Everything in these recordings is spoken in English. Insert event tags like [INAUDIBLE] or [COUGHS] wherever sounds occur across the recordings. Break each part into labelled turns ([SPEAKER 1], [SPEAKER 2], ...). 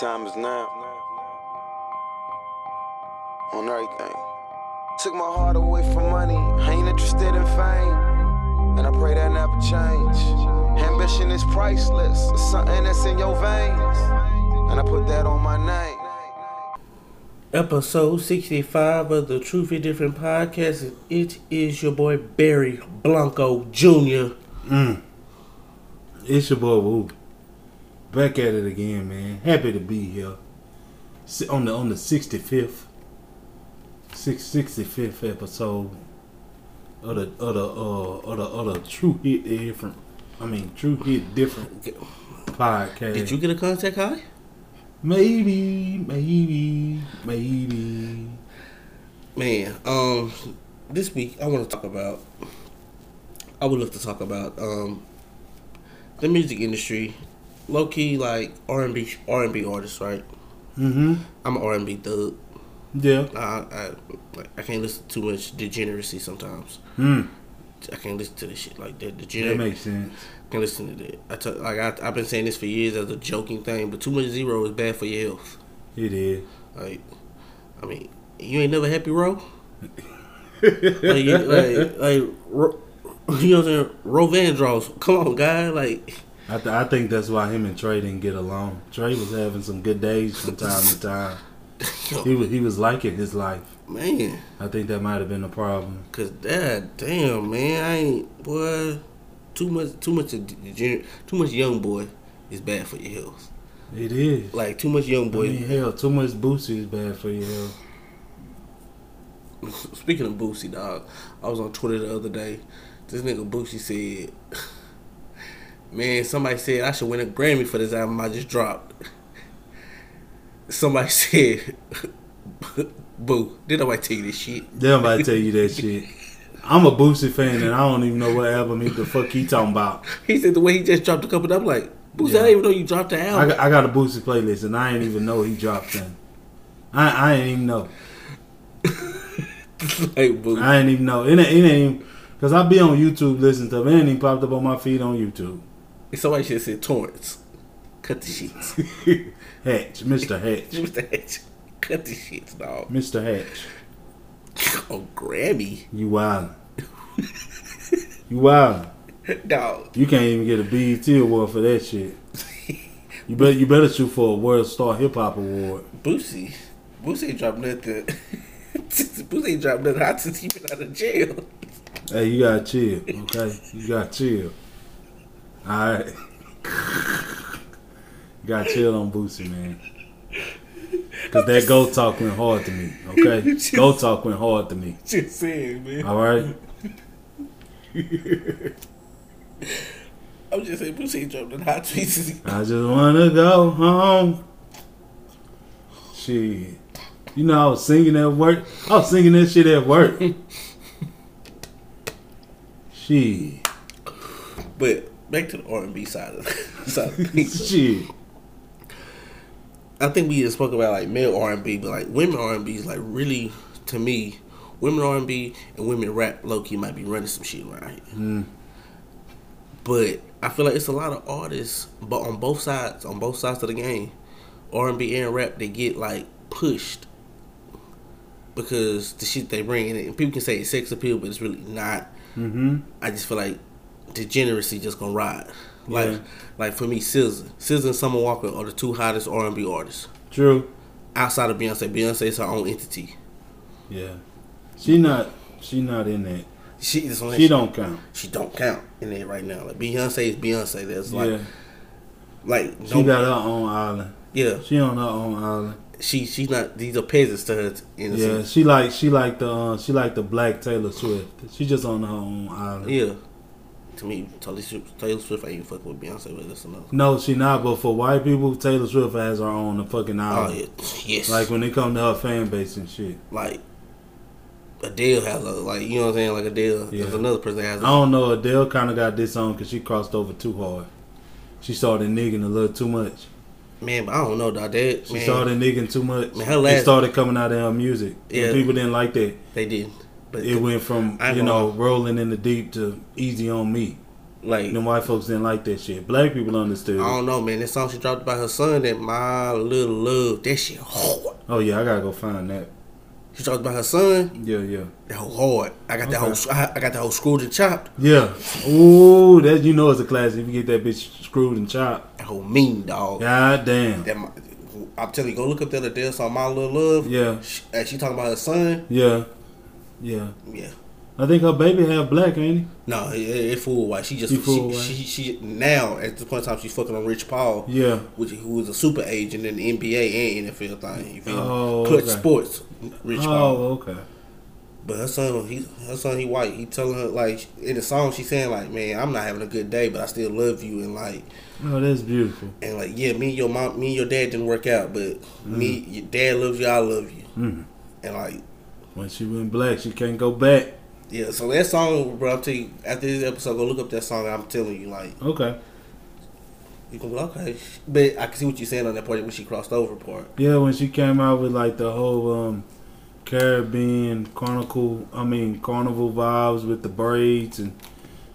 [SPEAKER 1] time is now. On everything. Took my heart away from money. I ain't interested in fame. And I pray that never change. Ambition is priceless. It's something that's in your veins. And I put that on my name.
[SPEAKER 2] Episode 65 of the Truth is Different podcast. And it is your boy Barry Blanco Jr.
[SPEAKER 3] Mm. It's your boy Woo. Back at it again, man. Happy to be here. Si- On the on the sixty fifth, six sixty fifth episode of the of the uh of the of the true hit different. I mean, true hit different podcast.
[SPEAKER 2] Did you get a contact high?
[SPEAKER 3] Maybe, maybe, maybe.
[SPEAKER 2] Man, um, this week I want to talk about. I would love to talk about um, the music industry, low key like R and B R and B artists, right?
[SPEAKER 3] Mm-hmm.
[SPEAKER 2] I'm an R and B thug.
[SPEAKER 3] Yeah.
[SPEAKER 2] I, I I can't listen to too much degeneracy sometimes.
[SPEAKER 3] Mm.
[SPEAKER 2] I can't listen to this shit like that.
[SPEAKER 3] That
[SPEAKER 2] Degenerate.
[SPEAKER 3] makes sense.
[SPEAKER 2] I can listen to that. I t- like I, I've been saying this for years as a joking thing, but too much zero is bad for your health.
[SPEAKER 3] It is.
[SPEAKER 2] Like, I mean, you ain't never happy,
[SPEAKER 3] [LAUGHS]
[SPEAKER 2] bro. like, you, like, like, Ro- [LAUGHS] you know what I'm saying? Ro Vandross, come on, guy. Like, [LAUGHS]
[SPEAKER 3] I, th- I think that's why him and Trey didn't get along. Trey was having some good days from time to time. He was he was liking his life.
[SPEAKER 2] man,
[SPEAKER 3] I think that might have been the problem.
[SPEAKER 2] cause that damn man, I ain't boy. Too much, too much, of degenerate- too much young boy is bad for your health.
[SPEAKER 3] It is.
[SPEAKER 2] Like too much young
[SPEAKER 3] I
[SPEAKER 2] boy.
[SPEAKER 3] mean, hell, too much Boosie is bad for your health.
[SPEAKER 2] [LAUGHS] Speaking of Boosie, dog, I was on Twitter the other day. This nigga Boosie said, [LAUGHS] "Man, somebody said I should win a Grammy for this album I just dropped." [LAUGHS] Somebody [LAUGHS] said, "Boo, did nobody tell you this shit?" [LAUGHS]
[SPEAKER 3] They'll nobody tell you that shit. I'm a Boosie fan, and I don't even know what album he, the fuck he talking about.
[SPEAKER 2] He said the way he just dropped a couple. I'm like, Boosie, I
[SPEAKER 3] Yeah.
[SPEAKER 2] didn't even know you dropped the
[SPEAKER 3] I
[SPEAKER 2] album.
[SPEAKER 3] got, I got a Boosie playlist, and I ain't even know he dropped them. I I ain't even know.
[SPEAKER 2] [LAUGHS] like, Boo,
[SPEAKER 3] I ain't even know. It ain't, it ain't even because I be on YouTube listening to him. It ain't even popped up on my feed on YouTube. [LAUGHS]
[SPEAKER 2] somebody should have said Torrance, cut the shit. [LAUGHS]
[SPEAKER 3] Hatch, Mr. Hatch,
[SPEAKER 2] Mr. Hatch, cut the shit, [LAUGHS] dog.
[SPEAKER 3] Mr. Hatch.
[SPEAKER 2] Oh, Grammy, [LAUGHS]
[SPEAKER 3] You wild. you wild.
[SPEAKER 2] dog. [LAUGHS]
[SPEAKER 3] You can't even get a BET award for that shit. You better you better shoot for a World Star Hip Hop Award.
[SPEAKER 2] Boosie. Boosie ain't dropped nothing. [LAUGHS] Boosie ain't dropped nothing hot since he been out of jail.
[SPEAKER 3] Hey, you gotta chill, okay? You gotta chill. Alright. you gotta chill on Boosie, man. Cause that go talk went hard to me, okay? Go talk went hard to me.
[SPEAKER 2] [LAUGHS] Just saying, man.
[SPEAKER 3] Alright?
[SPEAKER 2] I'm just saying, Boosie ain't dropped nothing hot since he.
[SPEAKER 3] I just wanna go home. Shit. You know I was singing at work. I was singing that shit
[SPEAKER 2] [LAUGHS]
[SPEAKER 3] at work. shit.
[SPEAKER 2] But back to the R&B side of, [LAUGHS] side of [LAUGHS] things.
[SPEAKER 3] Shit.
[SPEAKER 2] I think we just spoke about like male R&B, but like women R&B is like really to me, women R&B and women rap low key might be running some shit around here. But I feel like it's a lot of artists, but on both sides, on both sides of the game, R&B and rap, they get like pushed because the shit they bring in, and people can say it's sex appeal, but it's really not.
[SPEAKER 3] Mm-hmm.
[SPEAKER 2] I just feel like degeneracy just gonna ride. Like,
[SPEAKER 3] Yeah.
[SPEAKER 2] like for me, SZA, SZA and Summer Walker are the two hottest R and B artists
[SPEAKER 3] True.
[SPEAKER 2] outside of Beyonce. Beyonce is her own entity.
[SPEAKER 3] Yeah. She not she not in that.
[SPEAKER 2] She is
[SPEAKER 3] She don't count.
[SPEAKER 2] She don't count in it right now. Like Beyonce is Beyonce. That's like
[SPEAKER 3] yeah.
[SPEAKER 2] like
[SPEAKER 3] She
[SPEAKER 2] no,
[SPEAKER 3] got her own island.
[SPEAKER 2] yeah.
[SPEAKER 3] She on her own island.
[SPEAKER 2] She she's not. These are peasants to her. In a
[SPEAKER 3] Yeah,
[SPEAKER 2] sense.
[SPEAKER 3] she like she like the uh, she like the black Taylor Swift. She just on her own island.
[SPEAKER 2] yeah. To me, Taylor Swift, Taylor Swift ain't fuck with Beyonce, but that's another.
[SPEAKER 3] No, she not. But for white people, Taylor Swift has her own fucking
[SPEAKER 2] Oh
[SPEAKER 3] island.
[SPEAKER 2] yeah, yes.
[SPEAKER 3] Like when it come to her fan base and shit.
[SPEAKER 2] like Adele has a like you know what I'm saying. Like Adele,
[SPEAKER 3] Yeah.
[SPEAKER 2] there's another person that has.
[SPEAKER 3] I
[SPEAKER 2] a-
[SPEAKER 3] don't know. Adele kind of got this on because she crossed over too hard. She started nigging a little too much.
[SPEAKER 2] Man, but I don't know, dog. That
[SPEAKER 3] She
[SPEAKER 2] man,
[SPEAKER 3] started nigging too much.
[SPEAKER 2] Man, her last-
[SPEAKER 3] it started coming out in her music.
[SPEAKER 2] Yeah.
[SPEAKER 3] And people didn't like that.
[SPEAKER 2] they did. But
[SPEAKER 3] It went from
[SPEAKER 2] I ain't
[SPEAKER 3] you know
[SPEAKER 2] gonna-
[SPEAKER 3] rolling in the deep to easy on me.
[SPEAKER 2] Like
[SPEAKER 3] Them white folks didn't like that shit. Black people understood.
[SPEAKER 2] I don't know, man. That song she dropped about her son, that my little love, that shit hard.
[SPEAKER 3] Oh yeah, I gotta go find that.
[SPEAKER 2] She talked about her son,
[SPEAKER 3] Yeah, yeah,
[SPEAKER 2] that whole hard. I got that
[SPEAKER 3] Okay.
[SPEAKER 2] whole, I, I got that whole screwed and chopped,
[SPEAKER 3] yeah. Ooh, that you know it's a classic. If you get that bitch screwed and chopped,
[SPEAKER 2] that whole mean dog.
[SPEAKER 3] god damn.
[SPEAKER 2] That my, I'm telling you, go look up the other dance on my little love.
[SPEAKER 3] Yeah.
[SPEAKER 2] she, and she talking about her son.
[SPEAKER 3] Yeah, yeah.
[SPEAKER 2] Yeah,
[SPEAKER 3] I think her baby half black, ain't he?
[SPEAKER 2] no, it, it, it fool white. She just
[SPEAKER 3] She
[SPEAKER 2] she,
[SPEAKER 3] full white.
[SPEAKER 2] she, she now at this point in time she's fucking on Rich Paul.
[SPEAKER 3] Yeah.
[SPEAKER 2] Which who is a super agent in the NBA and NFL thing. You feel me?
[SPEAKER 3] Oh,
[SPEAKER 2] Clutch
[SPEAKER 3] okay.
[SPEAKER 2] Sports, Rich Paul.
[SPEAKER 3] Oh, okay.
[SPEAKER 2] But her son, he her son, he white. He telling her like in the song, she saying like, "Man, I'm not having a good day, but I still love you." And like,
[SPEAKER 3] Oh, that's beautiful.
[SPEAKER 2] and like, yeah, me and your mom, me and your dad didn't work out, but me, your dad loves you. I love you.
[SPEAKER 3] Mm.
[SPEAKER 2] And like,
[SPEAKER 3] When she went black, she can't go back.
[SPEAKER 2] yeah. So that song, bro. I'm telling you, after this episode, go look up that song. I'm telling you, like,
[SPEAKER 3] Okay.
[SPEAKER 2] you can be like, okay. But I can see what you're saying on that part when she crossed over part.
[SPEAKER 3] Yeah, when she came out with like the whole um Caribbean carnival, I mean carnival vibes with the braids and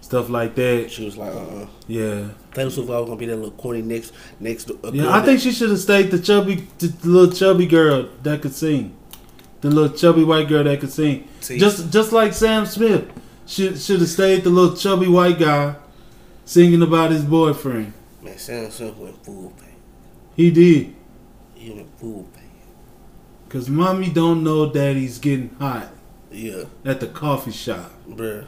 [SPEAKER 3] stuff like that.
[SPEAKER 2] She was like, uh, uh
[SPEAKER 3] Yeah.
[SPEAKER 2] Taylor Swift always gonna be that little corny next, next. Uh,
[SPEAKER 3] Yeah, I
[SPEAKER 2] girl
[SPEAKER 3] think she should have stayed the chubby, the little chubby girl that could sing, the little chubby white girl that could sing.
[SPEAKER 2] that- see,
[SPEAKER 3] Just, just like Sam Smith, should should have stayed the little chubby white guy singing about his boyfriend.
[SPEAKER 2] man, Sam Smith went full pain.
[SPEAKER 3] He did,
[SPEAKER 2] He went full pain.
[SPEAKER 3] cause mommy don't know daddy's getting hot
[SPEAKER 2] Yeah.
[SPEAKER 3] at the coffee shop.
[SPEAKER 2] Bruh.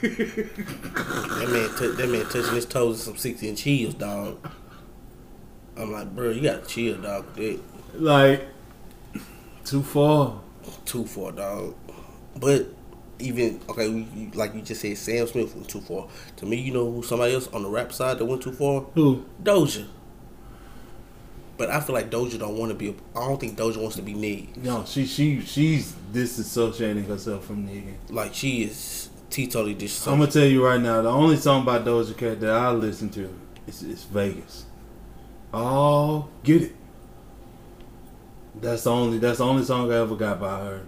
[SPEAKER 2] that man, t- that man touching his toes with some sixty inch heels, dog. I'm like, bruh, you gotta chill, dog. That
[SPEAKER 3] Like, too far.
[SPEAKER 2] too far, dog. But even okay, we, you, like you just said, Sam Smith went too far. To me, you know who somebody else on the rap side that went too far?
[SPEAKER 3] Who?
[SPEAKER 2] Doja. But I feel like Doja don't want to be. I don't think Doja wants to be Nig.
[SPEAKER 3] No, she she she's disassociating herself from nigga.
[SPEAKER 2] Like she is teetotally dis.
[SPEAKER 3] I'm gonna tell you right now, the only song by Doja Cat that I listen to is, is Vegas. Oh, get it. That's the only that's the only song I ever got by her.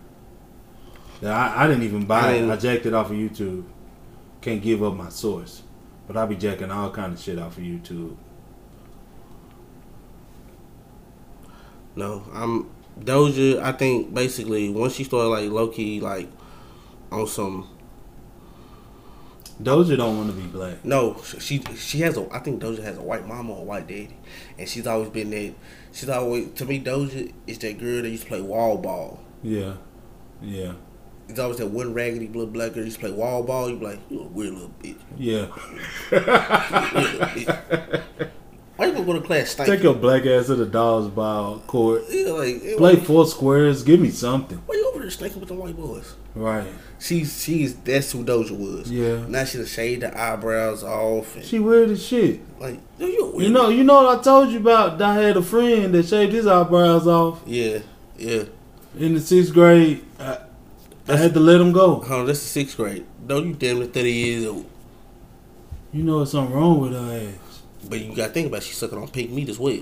[SPEAKER 3] That I, I didn't even buy it. I jacked it off of YouTube. Can't give up my source, but I be jacking all kind of shit off of YouTube.
[SPEAKER 2] No, I'm Doja. I think basically once she started like low key like on some
[SPEAKER 3] Doja don't want to be black.
[SPEAKER 2] no she she has a I think Doja has a white mama or a white daddy, and she's always been that. She's always to me Doja is that girl that used to play wall ball.
[SPEAKER 3] Yeah, yeah,
[SPEAKER 2] It's always that one raggedy little black girl that used to play wall ball. You be like you a weird little bitch.
[SPEAKER 3] yeah.
[SPEAKER 2] Weird little bitch.
[SPEAKER 3] [LAUGHS]
[SPEAKER 2] Why you gonna go to class
[SPEAKER 3] Take
[SPEAKER 2] stinking?
[SPEAKER 3] your black ass to the doll's ball court.
[SPEAKER 2] Yeah, like
[SPEAKER 3] Play
[SPEAKER 2] like,
[SPEAKER 3] four squares. Give me something.
[SPEAKER 2] why you over there stinking with the white boys?
[SPEAKER 3] Right.
[SPEAKER 2] She's she's that's who Doja was.
[SPEAKER 3] Yeah.
[SPEAKER 2] Now she done shaved the eyebrows off and
[SPEAKER 3] She weird as shit.
[SPEAKER 2] Like, yo, you a weird.
[SPEAKER 3] You know, you know what I told you about? that I had a friend that shaved his eyebrows off
[SPEAKER 2] Yeah, yeah.
[SPEAKER 3] in the sixth grade. I, I had to let him go.
[SPEAKER 2] Hold on, this is sixth grade. Don't you damn near thirty years old.
[SPEAKER 3] You know, there's something wrong with her ass.
[SPEAKER 2] But you gotta think about it, she sucking on pink meat as well.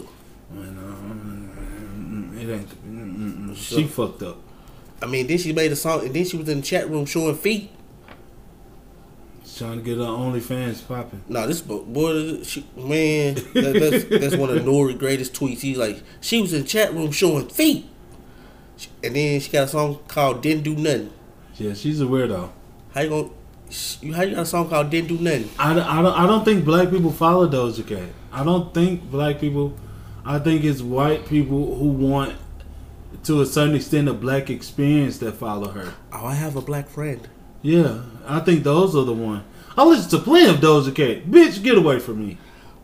[SPEAKER 3] Man, uh, mm, It ain't. mm, mm, mm. She fucked up.
[SPEAKER 2] I mean, then she made a song, and then she was in the chat room showing feet.
[SPEAKER 3] She's trying to get her OnlyFans popping.
[SPEAKER 2] No, this bo- boy, she, man, that, that's [LAUGHS] that's one of Nori's greatest tweets. He's like, she was in the chat room showing feet, She- and then she got a song called "Didn't Do Nothing."
[SPEAKER 3] Yeah, she's a weirdo.
[SPEAKER 2] How you gonna? sh- You how you got a song called "Didn't Do Nothing"?
[SPEAKER 3] I, don't- I, don't, I don't think black people follow Doja Cat. I don't think black people. I think it's white people who want, to a certain extent, a black experience that follow her.
[SPEAKER 2] Oh, I have a black friend.
[SPEAKER 3] Yeah, I think those are the one. I listen to plenty of Doja Cat. Bitch, get away from me.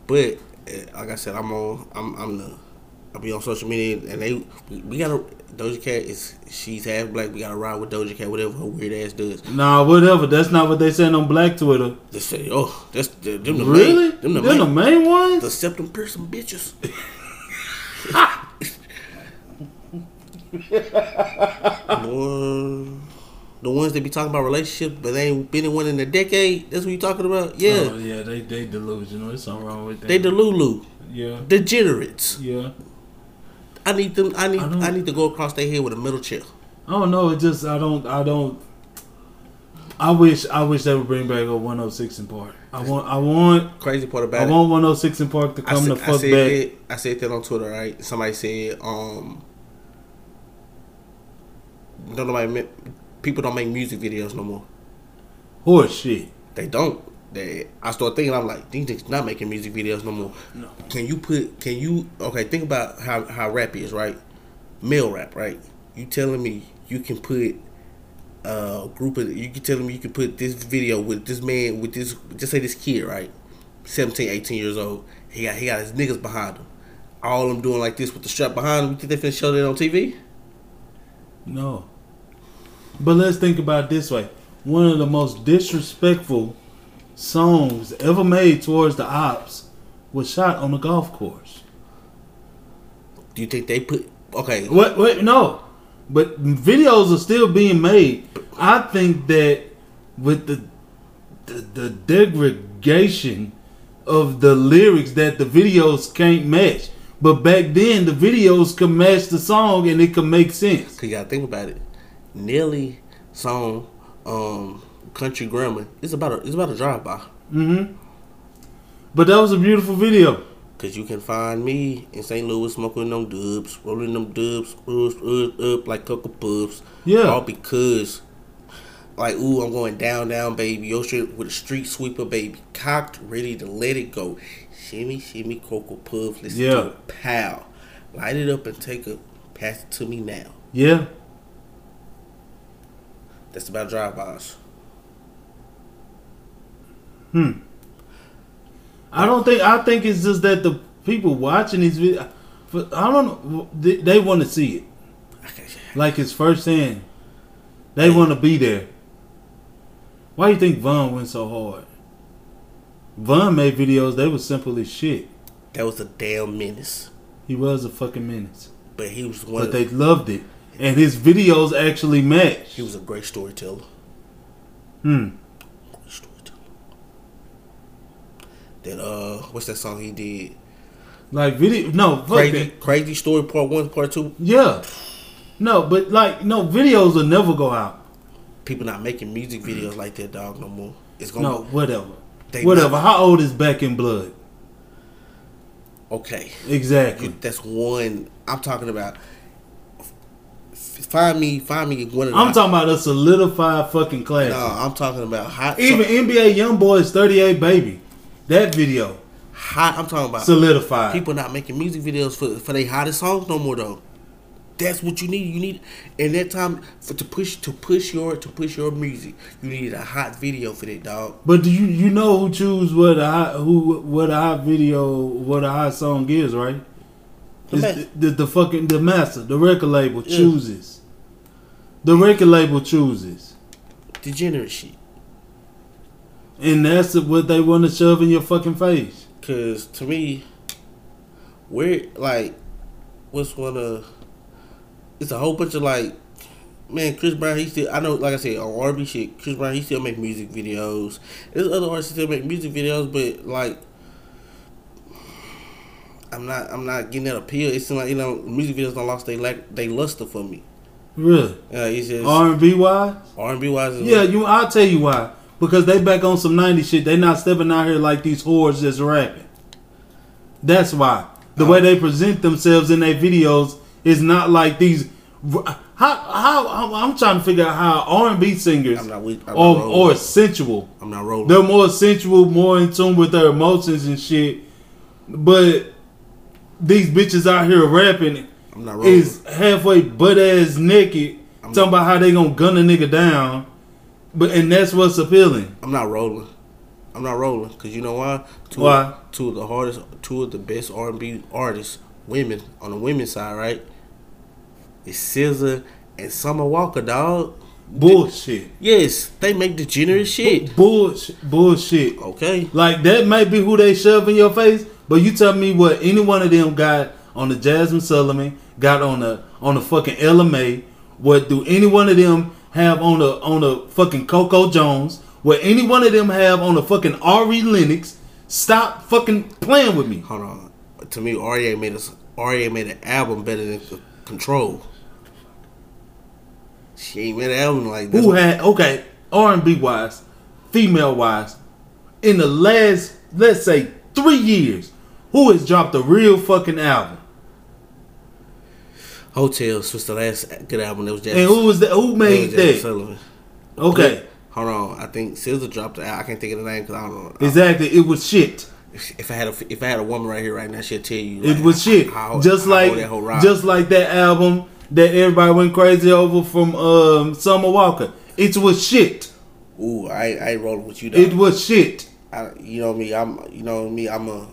[SPEAKER 2] But eh, like I said, I'm on. I'm I'm the. I be on social media, and they we, we gotta Doja Cat is she's half black. We gotta ride with Doja Cat, whatever her weird ass does.
[SPEAKER 3] Nah, whatever. That's not what they saying on Black Twitter.
[SPEAKER 2] They say, oh, that's the, them the
[SPEAKER 3] really?
[SPEAKER 2] main, them the
[SPEAKER 3] They're
[SPEAKER 2] main,
[SPEAKER 3] the
[SPEAKER 2] the,
[SPEAKER 3] main ones?
[SPEAKER 2] septum piercing [LAUGHS] bitches. Boy, the ones that be talking about relationships, but they ain't been in one in a decade. That's what you talking about? Yeah,
[SPEAKER 3] Oh, yeah, they, they delusional. There's something wrong with that.
[SPEAKER 2] they the Lulu
[SPEAKER 3] Yeah.
[SPEAKER 2] degenerates.
[SPEAKER 3] Yeah.
[SPEAKER 2] I need them. I need.
[SPEAKER 3] I don't-
[SPEAKER 2] I, need to go across their head with a middle chair.
[SPEAKER 3] I don't know. It just, I don't, I don't. I wish I wish they would bring back a 106 in Park. I want I want
[SPEAKER 2] Crazy part
[SPEAKER 3] I
[SPEAKER 2] about it.
[SPEAKER 3] want 106 in Park to
[SPEAKER 2] I,
[SPEAKER 3] come
[SPEAKER 2] said-
[SPEAKER 3] the
[SPEAKER 2] I
[SPEAKER 3] fuck
[SPEAKER 2] said
[SPEAKER 3] back.
[SPEAKER 2] that. I said that on Twitter, right? Somebody said, um, don't nobody make, people don't make music videos no more.
[SPEAKER 3] Horse shit.
[SPEAKER 2] They don't. They, I start thinking, I'm like, these niggas not making music videos no more.
[SPEAKER 3] No.
[SPEAKER 2] Can you put? Can you? Okay, think about how how rap is, right? Male rap, right? You telling me you can put a group of you can telling me you can put this video with this man with this just say this kid, right? 17, 18 years old. He got he got his niggas behind him. All them doing like this with the strap behind him. You think they finna show that on TV?
[SPEAKER 3] No. But let's think about it this way. One of the most disrespectful songs ever made towards the ops was shot on the golf course.
[SPEAKER 2] Do you think they put? Okay,
[SPEAKER 3] What? What? No, but videos are still being made. I think that with the the, the degradation of the lyrics that the videos can't match. But back then, the videos could match the song and it could make sense.
[SPEAKER 2] Cause you gotta think about it. Nelly song, um, country grammar. It's about a, it's about a drive by.
[SPEAKER 3] Mm-hmm. But that was a beautiful video.
[SPEAKER 2] Cause you can find me in St. Louis smoking them dubs, rolling them dubs, up, up, up like cocoa puffs.
[SPEAKER 3] Yeah.
[SPEAKER 2] All because, like, ooh, I'm going down, down, baby. Your shit with a street sweeper, baby, cocked, ready to let it go. Shimmy, shimmy, cocoa puff. Listen
[SPEAKER 3] Yeah.
[SPEAKER 2] to it, pow. Light it up and take a pass it to me now.
[SPEAKER 3] Yeah,
[SPEAKER 2] That's about drive bys.
[SPEAKER 3] I don't think. I think it's just that the people watching these videos, I don't know, they, they want to see it. like it's first hand. They want to be there. Why you think Von went so hard? Von made videos. They were simple as shit.
[SPEAKER 2] That was a damn menace.
[SPEAKER 3] He was a fucking menace,
[SPEAKER 2] But he was one.
[SPEAKER 3] but
[SPEAKER 2] of,
[SPEAKER 3] they loved it, and his videos actually matched.
[SPEAKER 2] he was a great storyteller.
[SPEAKER 3] hmm.
[SPEAKER 2] Great storyteller. That uh, what's that song he did?
[SPEAKER 3] Like video. No, fuck
[SPEAKER 2] Crazy,
[SPEAKER 3] that.
[SPEAKER 2] crazy story part one, part two.
[SPEAKER 3] Yeah. No, but like no videos will never go out.
[SPEAKER 2] People not making music videos like that, dog, no more. It's gonna
[SPEAKER 3] Mm. No, whatever.
[SPEAKER 2] They
[SPEAKER 3] whatever.
[SPEAKER 2] not-
[SPEAKER 3] How old is Back in Blood?
[SPEAKER 2] okay.
[SPEAKER 3] Exactly.
[SPEAKER 2] You- That's one. I'm talking about. F- Find me, find me one of.
[SPEAKER 3] I'm
[SPEAKER 2] the-
[SPEAKER 3] talking about a solidified fucking classic.
[SPEAKER 2] No, I'm talking about hot.
[SPEAKER 3] Even NBA Youngboy's 38 Baby, that video
[SPEAKER 2] hot. I'm talking about
[SPEAKER 3] solidified.
[SPEAKER 2] People not making music videos for for their hottest songs no more though. That's what you need. You need in that time for, to push to push your to push your music. You needed a hot video for that dog.
[SPEAKER 3] but do you you know who choose what a hot, who what a hot video what a hot song is right?
[SPEAKER 2] The
[SPEAKER 3] It's
[SPEAKER 2] ma-
[SPEAKER 3] the, the, the fucking the master the record label
[SPEAKER 2] Yeah.
[SPEAKER 3] chooses. The record label chooses,
[SPEAKER 2] Degenerate shit.
[SPEAKER 3] and that's what they want to shove in your fucking face.
[SPEAKER 2] Cause to me, where like, what's one of? It's a whole bunch of like, man, Chris Brown. He still I know, like I said, on R&B shit. Chris Brown he still make music videos. There's other artists still make music videos, but like, I'm not I'm not getting that appeal. It's like you know, music videos don't lost they like they luster for me.
[SPEAKER 3] Really,
[SPEAKER 2] Uh, it's just R
[SPEAKER 3] R and B wise?
[SPEAKER 2] and B wise. is
[SPEAKER 3] Yeah,
[SPEAKER 2] like-
[SPEAKER 3] you. I'll tell you why. Because they back on some '90s shit. They not stepping out here like these whores that's rapping. That's why the
[SPEAKER 2] Oh.
[SPEAKER 3] way they present themselves in their videos is not like these. How how I'm, I'm trying to figure out how R&B singers
[SPEAKER 2] I'm not weak. I'm
[SPEAKER 3] or
[SPEAKER 2] not rolling.
[SPEAKER 3] or sensual.
[SPEAKER 2] I'm not rolling.
[SPEAKER 3] They're more sensual, more in tune with their emotions and shit. But these bitches out here rapping
[SPEAKER 2] I'm not rolling.
[SPEAKER 3] is halfway butt ass naked,
[SPEAKER 2] I'm-
[SPEAKER 3] talking about how they gonna gun a nigga down, but and that's what's appealing.
[SPEAKER 2] I'm not rolling. I'm not rolling because you know why? Two,
[SPEAKER 3] Why?
[SPEAKER 2] Two of the hardest, two of the best R and B artists, women on the women's side, right? It's SZA and Summer Walker, dog.
[SPEAKER 3] Bullshit,
[SPEAKER 2] Yes, they make degenerate shit.
[SPEAKER 3] bullshit, bullshit.
[SPEAKER 2] Okay,
[SPEAKER 3] Like that may be who they shove in your face, but you tell me what any one of them got on the Jasmine Sullivan, got on the on the fucking LMA. What do any one of them have on the on the fucking Coco Jones? What any one of them have on the fucking Ari Lennox? Stop fucking playing with me.
[SPEAKER 2] hold on. To me, REA made us. REA made an album better than C- Control. She ain't made an album like this.
[SPEAKER 3] Who had okay? R and B wise, female wise, in the last let's say three years, who has dropped a real fucking album?
[SPEAKER 2] Hotels was the last good album that was
[SPEAKER 3] And who was that? Who made that?
[SPEAKER 2] Sullivan.
[SPEAKER 3] Okay,
[SPEAKER 2] Hold on, I think SZA dropped the. al- I can't think of the name because I don't know.
[SPEAKER 3] exactly. It was shit.
[SPEAKER 2] If I had a if I had a woman right here right now, she'd tell you
[SPEAKER 3] It
[SPEAKER 2] like,
[SPEAKER 3] was shit.
[SPEAKER 2] how-
[SPEAKER 3] just
[SPEAKER 2] how
[SPEAKER 3] like
[SPEAKER 2] that whole ride.
[SPEAKER 3] just like that album that everybody went crazy over from um, Summer Walker. It was shit.
[SPEAKER 2] ooh, I I ain't rolling with you. Though.
[SPEAKER 3] It was shit.
[SPEAKER 2] I, you know me. I'm you know me. I'm a.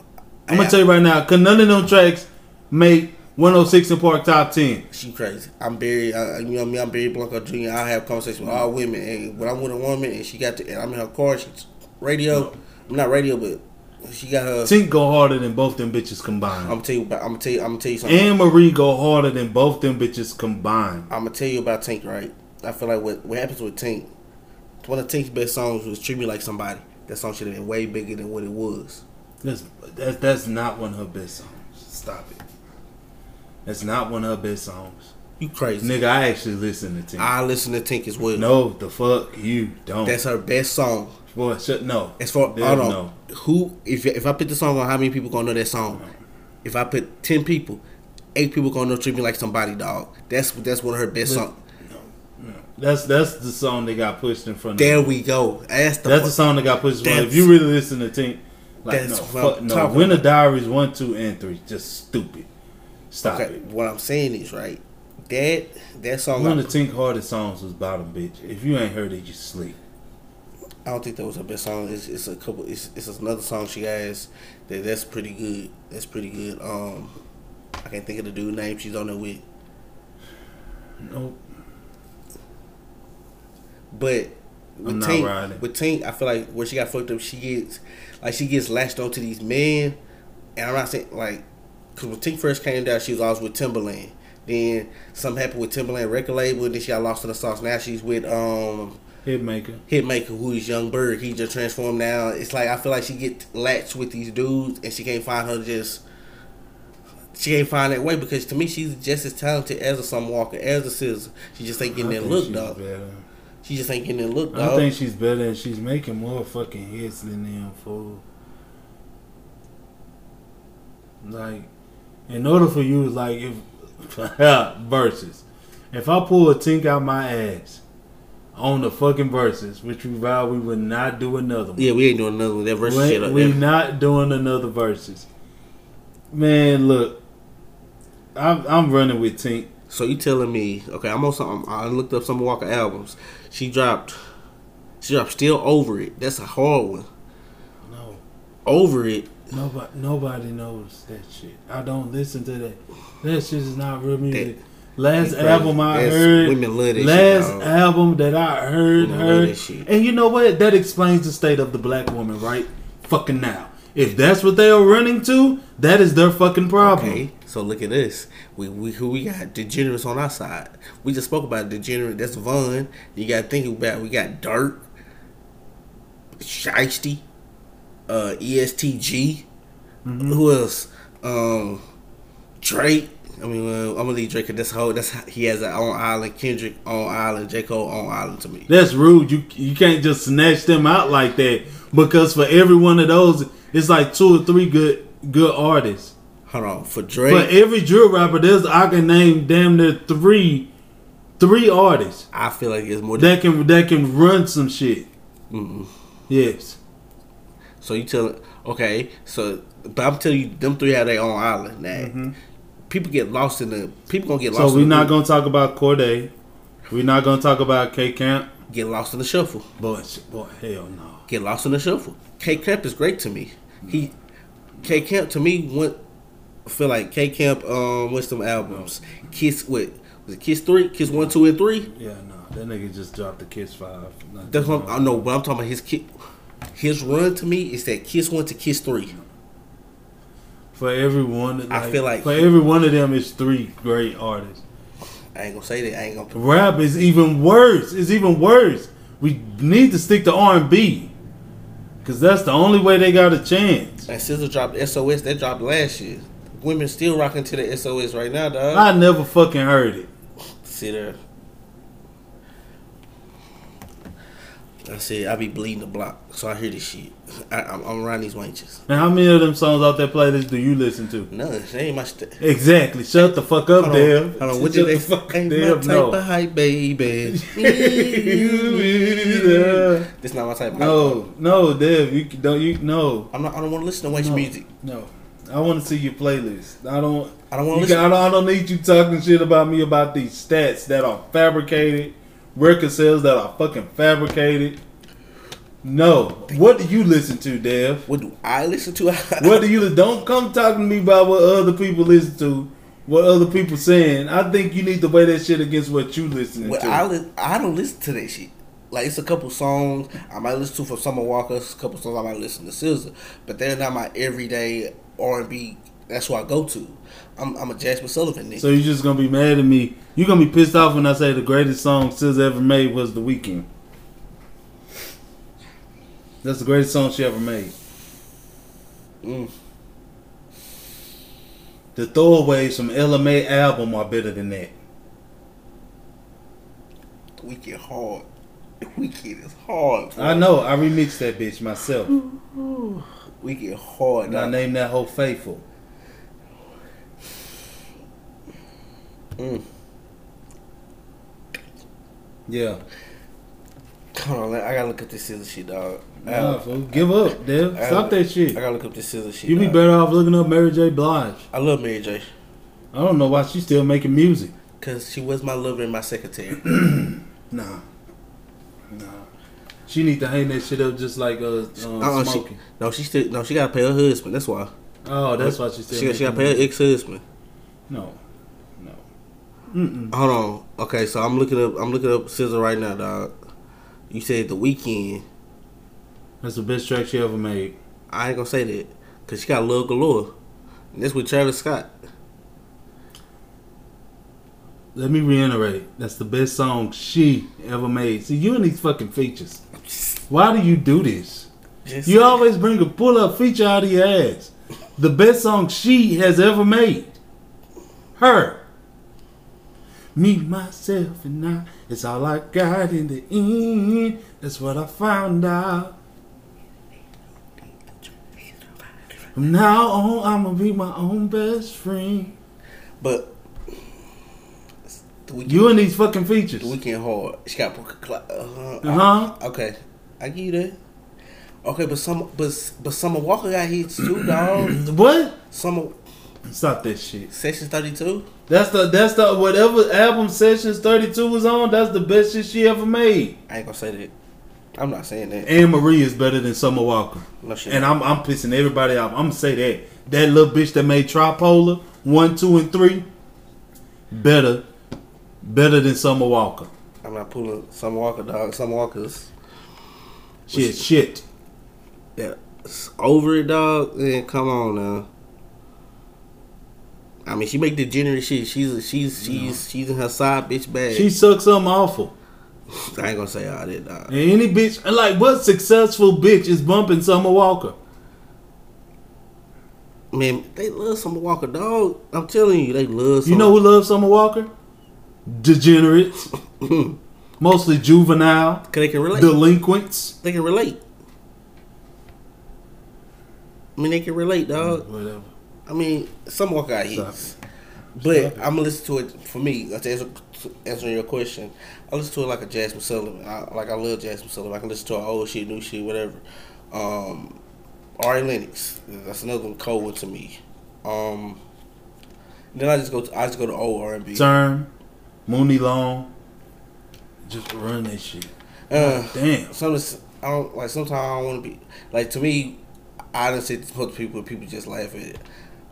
[SPEAKER 3] I'm gonna tell you right now, cause none of them tracks made 106 and Park top ten.
[SPEAKER 2] She crazy. I'm Barry. I, you know me. I'm Barry Blanco Jr. I have conversations with all women, and when I'm with a woman and she got, the, and I'm in her car, she's radio. I'm not radio, but she got her.
[SPEAKER 3] Tink go harder than both them bitches combined.
[SPEAKER 2] I'm tell you. About, I'm gonna tell you. I'm gonna tell you something.
[SPEAKER 3] Anne Marie go harder than both them bitches combined.
[SPEAKER 2] I'm gonna tell you about Tink. Right. I feel like what what happens with Tink. One of Tink's best songs was "Treat Me Like Somebody." That song should have been way bigger than what it was.
[SPEAKER 3] That's that's, that's not one of her best songs. Stop it. That's not one of her best songs.
[SPEAKER 2] You crazy?
[SPEAKER 3] Nigga, I actually listen to Tink.
[SPEAKER 2] I listen to Tink as well.
[SPEAKER 3] no, the fuck you don't.
[SPEAKER 2] That's her best song.
[SPEAKER 3] Boy, shut no.
[SPEAKER 2] As far
[SPEAKER 3] There's
[SPEAKER 2] hold on, who if if I put the song on, how many people gonna know that song? If I put ten people, eight people gonna know "Treat Me Like Somebody," dog. That's that's one of her best songs.
[SPEAKER 3] That's that's the song that got pushed in front of.
[SPEAKER 2] There
[SPEAKER 3] Them.
[SPEAKER 2] we go. That's the.
[SPEAKER 3] That's the song that got pushed in front. of them.
[SPEAKER 2] That's-
[SPEAKER 3] If you really listen to Tink, like no,
[SPEAKER 2] That's what I'm
[SPEAKER 3] fuck no.
[SPEAKER 2] talking
[SPEAKER 3] Winter Diaries one, two, and three, just stupid. Stop
[SPEAKER 2] okay,
[SPEAKER 3] it.
[SPEAKER 2] what I'm saying is right. That that song.
[SPEAKER 3] One
[SPEAKER 2] I,
[SPEAKER 3] of Tink hardest songs was Bottom Bitch. If you ain't heard it, you sleep.
[SPEAKER 2] I don't think that was her best song. It's, it's a couple. It's, it's another song she has that that's pretty good. That's pretty good. Um, I can't think of the dude name she's on there with.
[SPEAKER 3] Nope.
[SPEAKER 2] But with
[SPEAKER 3] I'm not
[SPEAKER 2] Tink,
[SPEAKER 3] riding.
[SPEAKER 2] with Tink, I feel like where she got fucked up, she gets like she gets latched onto these men, and I'm not saying like because when Tink first came down, she was always with Timberland. Then something happened with Timberland record label, and then she got lost in the sauce. Now she's with um
[SPEAKER 3] Hitmaker.
[SPEAKER 2] Hitmaker, who is Young Bird. He just transformed now. It's like I feel like she get latched with these dudes, and she can't find her just. She can't find that way because to me she's just as talented as a Summer Walker, as a Scissor. She just ain't getting
[SPEAKER 3] I
[SPEAKER 2] that
[SPEAKER 3] think
[SPEAKER 2] look,
[SPEAKER 3] she's
[SPEAKER 2] dog.
[SPEAKER 3] better.
[SPEAKER 2] She just ain't getting that look,
[SPEAKER 3] I
[SPEAKER 2] dog.
[SPEAKER 3] think she's better. and She's making more fucking hits than them fool. Like, in order for you, like if [LAUGHS] verses, if I pull a tink out my ass on the fucking verses, which we vowed we would not do another one.
[SPEAKER 2] Yeah, we ain't doing another one. That versus shit
[SPEAKER 3] we
[SPEAKER 2] up
[SPEAKER 3] we
[SPEAKER 2] there.
[SPEAKER 3] not doing another verses. Man, look, I'm I'm running with Tink.
[SPEAKER 2] So you telling me? Okay, I'm on some. I looked up some Walker albums. She dropped. She dropped still over it. That's a hard one.
[SPEAKER 3] No,
[SPEAKER 2] Over it.
[SPEAKER 3] Nobody, nobody knows that shit. I don't listen to that. That shit is not real music. last
[SPEAKER 2] That's
[SPEAKER 3] album I
[SPEAKER 2] crazy. That's-
[SPEAKER 3] heard,
[SPEAKER 2] women love that shit,
[SPEAKER 3] last
[SPEAKER 2] dog.
[SPEAKER 3] album that I heard,
[SPEAKER 2] Women love
[SPEAKER 3] heard,
[SPEAKER 2] that shit.
[SPEAKER 3] and you know what? That explains the state of the black woman right fucking now. If that's what they are running to, that is their fucking problem.
[SPEAKER 2] Okay. So look at this. We we who we got degenerates on our side. We just spoke about degenerate. That's Vaughn. You got to think about. We got Dirt, Shiesty, uh, ESTG.
[SPEAKER 3] Mm-hmm.
[SPEAKER 2] Who else? Um, Drake. I mean, uh, I'm gonna leave Drake. 'cause That's whole. That's how- he has an on island. Kendrick on island. J Cole on island to me.
[SPEAKER 3] That's rude. You you can't just snatch them out like that because for every one of those, it's like two or three good good artists.
[SPEAKER 2] Hold on for
[SPEAKER 3] But
[SPEAKER 2] Drake.
[SPEAKER 3] every drill rapper, there's I can name damn near three, three artists
[SPEAKER 2] I feel like it's more.
[SPEAKER 3] that can that can run some shit. Yes,
[SPEAKER 2] So you tell okay, so but I'm telling you, them three have their own island now. People get lost in the people gonna get lost.
[SPEAKER 3] Mm-hmm. so we're
[SPEAKER 2] in
[SPEAKER 3] not
[SPEAKER 2] the,
[SPEAKER 3] gonna talk about Corday. We're not gonna talk about K Camp.
[SPEAKER 2] get lost in the shuffle.
[SPEAKER 3] Boy, sh- boy, hell no.
[SPEAKER 2] Get lost in the shuffle. K Camp is great to me. He K Camp to me went I feel like K Camp um with some albums. Kiss with was it Kiss three, Kiss one, two, and three.
[SPEAKER 3] Yeah, no. That nigga just dropped the Kiss Five. Not-
[SPEAKER 2] That's what I'm, I know, but I'm talking about his ki His run to me is that Kiss one to Kiss three.
[SPEAKER 3] for every one. Like,
[SPEAKER 2] I feel like-
[SPEAKER 3] for every one of them is three great artists.
[SPEAKER 2] I ain't gonna say that. I ain't gonna.
[SPEAKER 3] Rap is even worse. It's even worse. We need to stick to R and B, cause that's the only way they got a chance.
[SPEAKER 2] And Scissor dropped SOS. That dropped last year. Women still rocking to the SOS right now, dog.
[SPEAKER 3] I never fucking heard it.
[SPEAKER 2] See there. I said I be bleeding the block, so I hear this shit. I, I'm, I'm around these wenches.
[SPEAKER 3] And how many of them songs off that playlist do you listen to?
[SPEAKER 2] None, they ain't my st-
[SPEAKER 3] Exactly. Shut the fuck up,
[SPEAKER 2] Hold
[SPEAKER 3] Dev.
[SPEAKER 2] on, hold on. What did
[SPEAKER 3] Shut
[SPEAKER 2] they
[SPEAKER 3] the fuck
[SPEAKER 2] Ain't my
[SPEAKER 3] Dev
[SPEAKER 2] type
[SPEAKER 3] no.
[SPEAKER 2] of hype,
[SPEAKER 3] [LAUGHS]
[SPEAKER 2] baby.
[SPEAKER 3] Yeah.
[SPEAKER 2] this not my type of [LAUGHS] hype.
[SPEAKER 3] [LAUGHS] No, no, Dev, you c- don't. You no,
[SPEAKER 2] I'm not. I don't want to listen to wench
[SPEAKER 3] No.
[SPEAKER 2] music.
[SPEAKER 3] no. I want to see your playlist. I don't.
[SPEAKER 2] I don't want to
[SPEAKER 3] You
[SPEAKER 2] listen.
[SPEAKER 3] can, I, don't, I don't need you talking shit about me about these stats that are fabricated, record sales that are fucking fabricated. No. What do you listen to, Dev?
[SPEAKER 2] what do I listen to? [LAUGHS]
[SPEAKER 3] What do you don't come talking to me about what other people listen to, what other people saying. I think you need to weigh that shit against what you listening
[SPEAKER 2] Well,
[SPEAKER 3] to.
[SPEAKER 2] I, li- I don't listen to that shit. Like it's a couple songs I might listen to from Summer Walker, a couple songs I might listen to SZA, but they're not my everyday R and B. That's who I go to. I'm, I'm a Jasmine Sullivan nigga.
[SPEAKER 3] so you're just gonna be mad at me. You're gonna be pissed off when I say the greatest song SZA ever made was The Weeknd. That's the greatest song she ever made.
[SPEAKER 2] Mm.
[SPEAKER 3] The throwaways from LMA album are better than that.
[SPEAKER 2] The weekend hard. [LAUGHS] The weekend is hard.
[SPEAKER 3] I know. I remixed that bitch myself, and
[SPEAKER 2] Weekend hard.
[SPEAKER 3] I
[SPEAKER 2] dog.
[SPEAKER 3] named that whole Faithful.
[SPEAKER 2] Mm.
[SPEAKER 3] Yeah.
[SPEAKER 2] Hold on, I gotta look up this SZA shit, dog.
[SPEAKER 3] Nah, fool. Give up, Dev.
[SPEAKER 2] I-
[SPEAKER 3] Stop that
[SPEAKER 2] I
[SPEAKER 3] shit.
[SPEAKER 2] gotta look up this SZA shit.
[SPEAKER 3] You be
[SPEAKER 2] dog.
[SPEAKER 3] better off looking up Mary J. Blige.
[SPEAKER 2] I love Mary J.
[SPEAKER 3] I don't know why she's still making music.
[SPEAKER 2] Cause she was my lover and my
[SPEAKER 3] [CLEARS THROAT]
[SPEAKER 2] secretary.
[SPEAKER 3] Nah. Nah. She need to hang that shit up just like uh, um,
[SPEAKER 2] Uh-uh, she,
[SPEAKER 3] smoking.
[SPEAKER 2] no, she still no. She gotta pay her husband. That's why.
[SPEAKER 3] Oh, that's why she's still
[SPEAKER 2] She,
[SPEAKER 3] making
[SPEAKER 2] she gotta pay her
[SPEAKER 3] music.
[SPEAKER 2] ex husband.
[SPEAKER 3] No. No. Mm-mm.
[SPEAKER 2] Hold on. Okay, so I'm looking up. I'm looking up Scissor right now, dog. You said the weekend.
[SPEAKER 3] That's the best track she ever made.
[SPEAKER 2] I ain't gonna say that because she got Love Galore. And that's with Travis Scott.
[SPEAKER 3] Let me reiterate. That's the best song she ever made. See, you and these fucking features. Why do you do this?
[SPEAKER 2] Just
[SPEAKER 3] You always bring a pull up feature out of your ass. The best song she has ever made. Her. Me, myself, and I. It's all I got in the end. That's what I found out. From now on, I'm gonna be my own best friend.
[SPEAKER 2] but the weekend,
[SPEAKER 3] You and these fucking features.
[SPEAKER 2] the weekend hard. She got Booker Cloud. Uh
[SPEAKER 3] Uh huh.
[SPEAKER 2] Okay, I give you that. Okay, but some but but Summer Walker got hits too, dog. [COUGHS]
[SPEAKER 3] What?
[SPEAKER 2] Summer
[SPEAKER 3] Stop that shit.
[SPEAKER 2] Sessions thirty two.
[SPEAKER 3] That's the that's the whatever album sessions 32 was on, that's the best shit she ever made.
[SPEAKER 2] I ain't gonna say that. I'm not saying that.
[SPEAKER 3] Anne Marie is better than Summer Walker.
[SPEAKER 2] No shit.
[SPEAKER 3] And I'm I'm pissing everybody off. I'm gonna say that. That little bitch that made Tripolar, one, two, and three, better, better than Summer Walker.
[SPEAKER 2] I'm not pulling Summer Walker, dog. Summer Walker's
[SPEAKER 3] She is shit.
[SPEAKER 2] yeah, it's over it, dog. Man, come on now. I mean, she make degenerate shit. She's a, she's she's she's in her side bitch bag.
[SPEAKER 3] She sucks something awful.
[SPEAKER 2] I ain't gonna say all that, dog.
[SPEAKER 3] And any bitch like what successful bitch is bumping Summer Walker?
[SPEAKER 2] Man, they love Summer Walker, dog. I'm telling you, they love. Summer.
[SPEAKER 3] You know who loves Summer Walker? Degenerates. Mostly juvenile.
[SPEAKER 2] [LAUGHS] 'Cause they can relate.
[SPEAKER 3] Delinquents.
[SPEAKER 2] They can relate. I mean, they can relate, dog.
[SPEAKER 3] Whatever.
[SPEAKER 2] I mean, some walk out hits, but I'm gonna listen to it for me. uh, To answer, to answering your question, I listen to it like a Jasmine Sullivan. I, like I love Jasmine Sullivan. I can listen to her old shit, new shit, whatever. Um, Ari Lennox, that's another one, cold one to me. Um, then I just go, to, I just go to old R and B.
[SPEAKER 3] Term. Mooney Long. Just run that shit.
[SPEAKER 2] Uh,
[SPEAKER 3] Damn.
[SPEAKER 2] some I don't like. Sometimes I don't want to be like to me. I done said this to people, and people just laugh at it.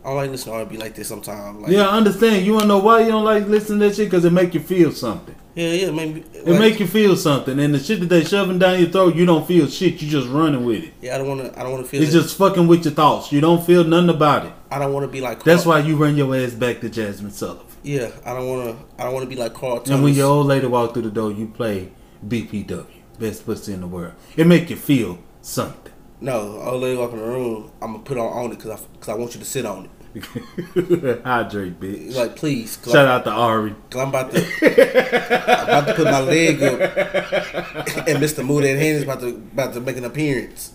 [SPEAKER 2] I don't like listening to R and B like this sometimes. Like,
[SPEAKER 3] Yeah, I understand. You wanna know why you don't like listening to that shit? Cause it make you feel something.
[SPEAKER 2] yeah, yeah. Maybe
[SPEAKER 3] It make you feel something. And the shit that they shoving down your throat, you don't feel shit. You just running with it.
[SPEAKER 2] Yeah, I don't want to. I don't want to feel.
[SPEAKER 3] It's
[SPEAKER 2] that-
[SPEAKER 3] just fucking with your thoughts. You don't feel nothing about it.
[SPEAKER 2] I don't want to be like.
[SPEAKER 3] That's
[SPEAKER 2] Carl-
[SPEAKER 3] why you run your ass back to Jasmine Sullivan.
[SPEAKER 2] Yeah, I don't want to. I don't want to be like Carl Thomas.
[SPEAKER 3] And when your old lady walk through the door, you play BPW, best pussy in the world. It make you feel something. [LAUGHS]
[SPEAKER 2] no old lady walk in the room, I'm gonna put on on it because I because I want you to sit on it.
[SPEAKER 3] Hydrate, bitch.
[SPEAKER 2] Like, please. 'cause
[SPEAKER 3] Shout out to Ari.
[SPEAKER 2] Cause I'm about to, I'm about to put my leg up, [LAUGHS] and Mr. Moody and Haney's about to about to make an appearance.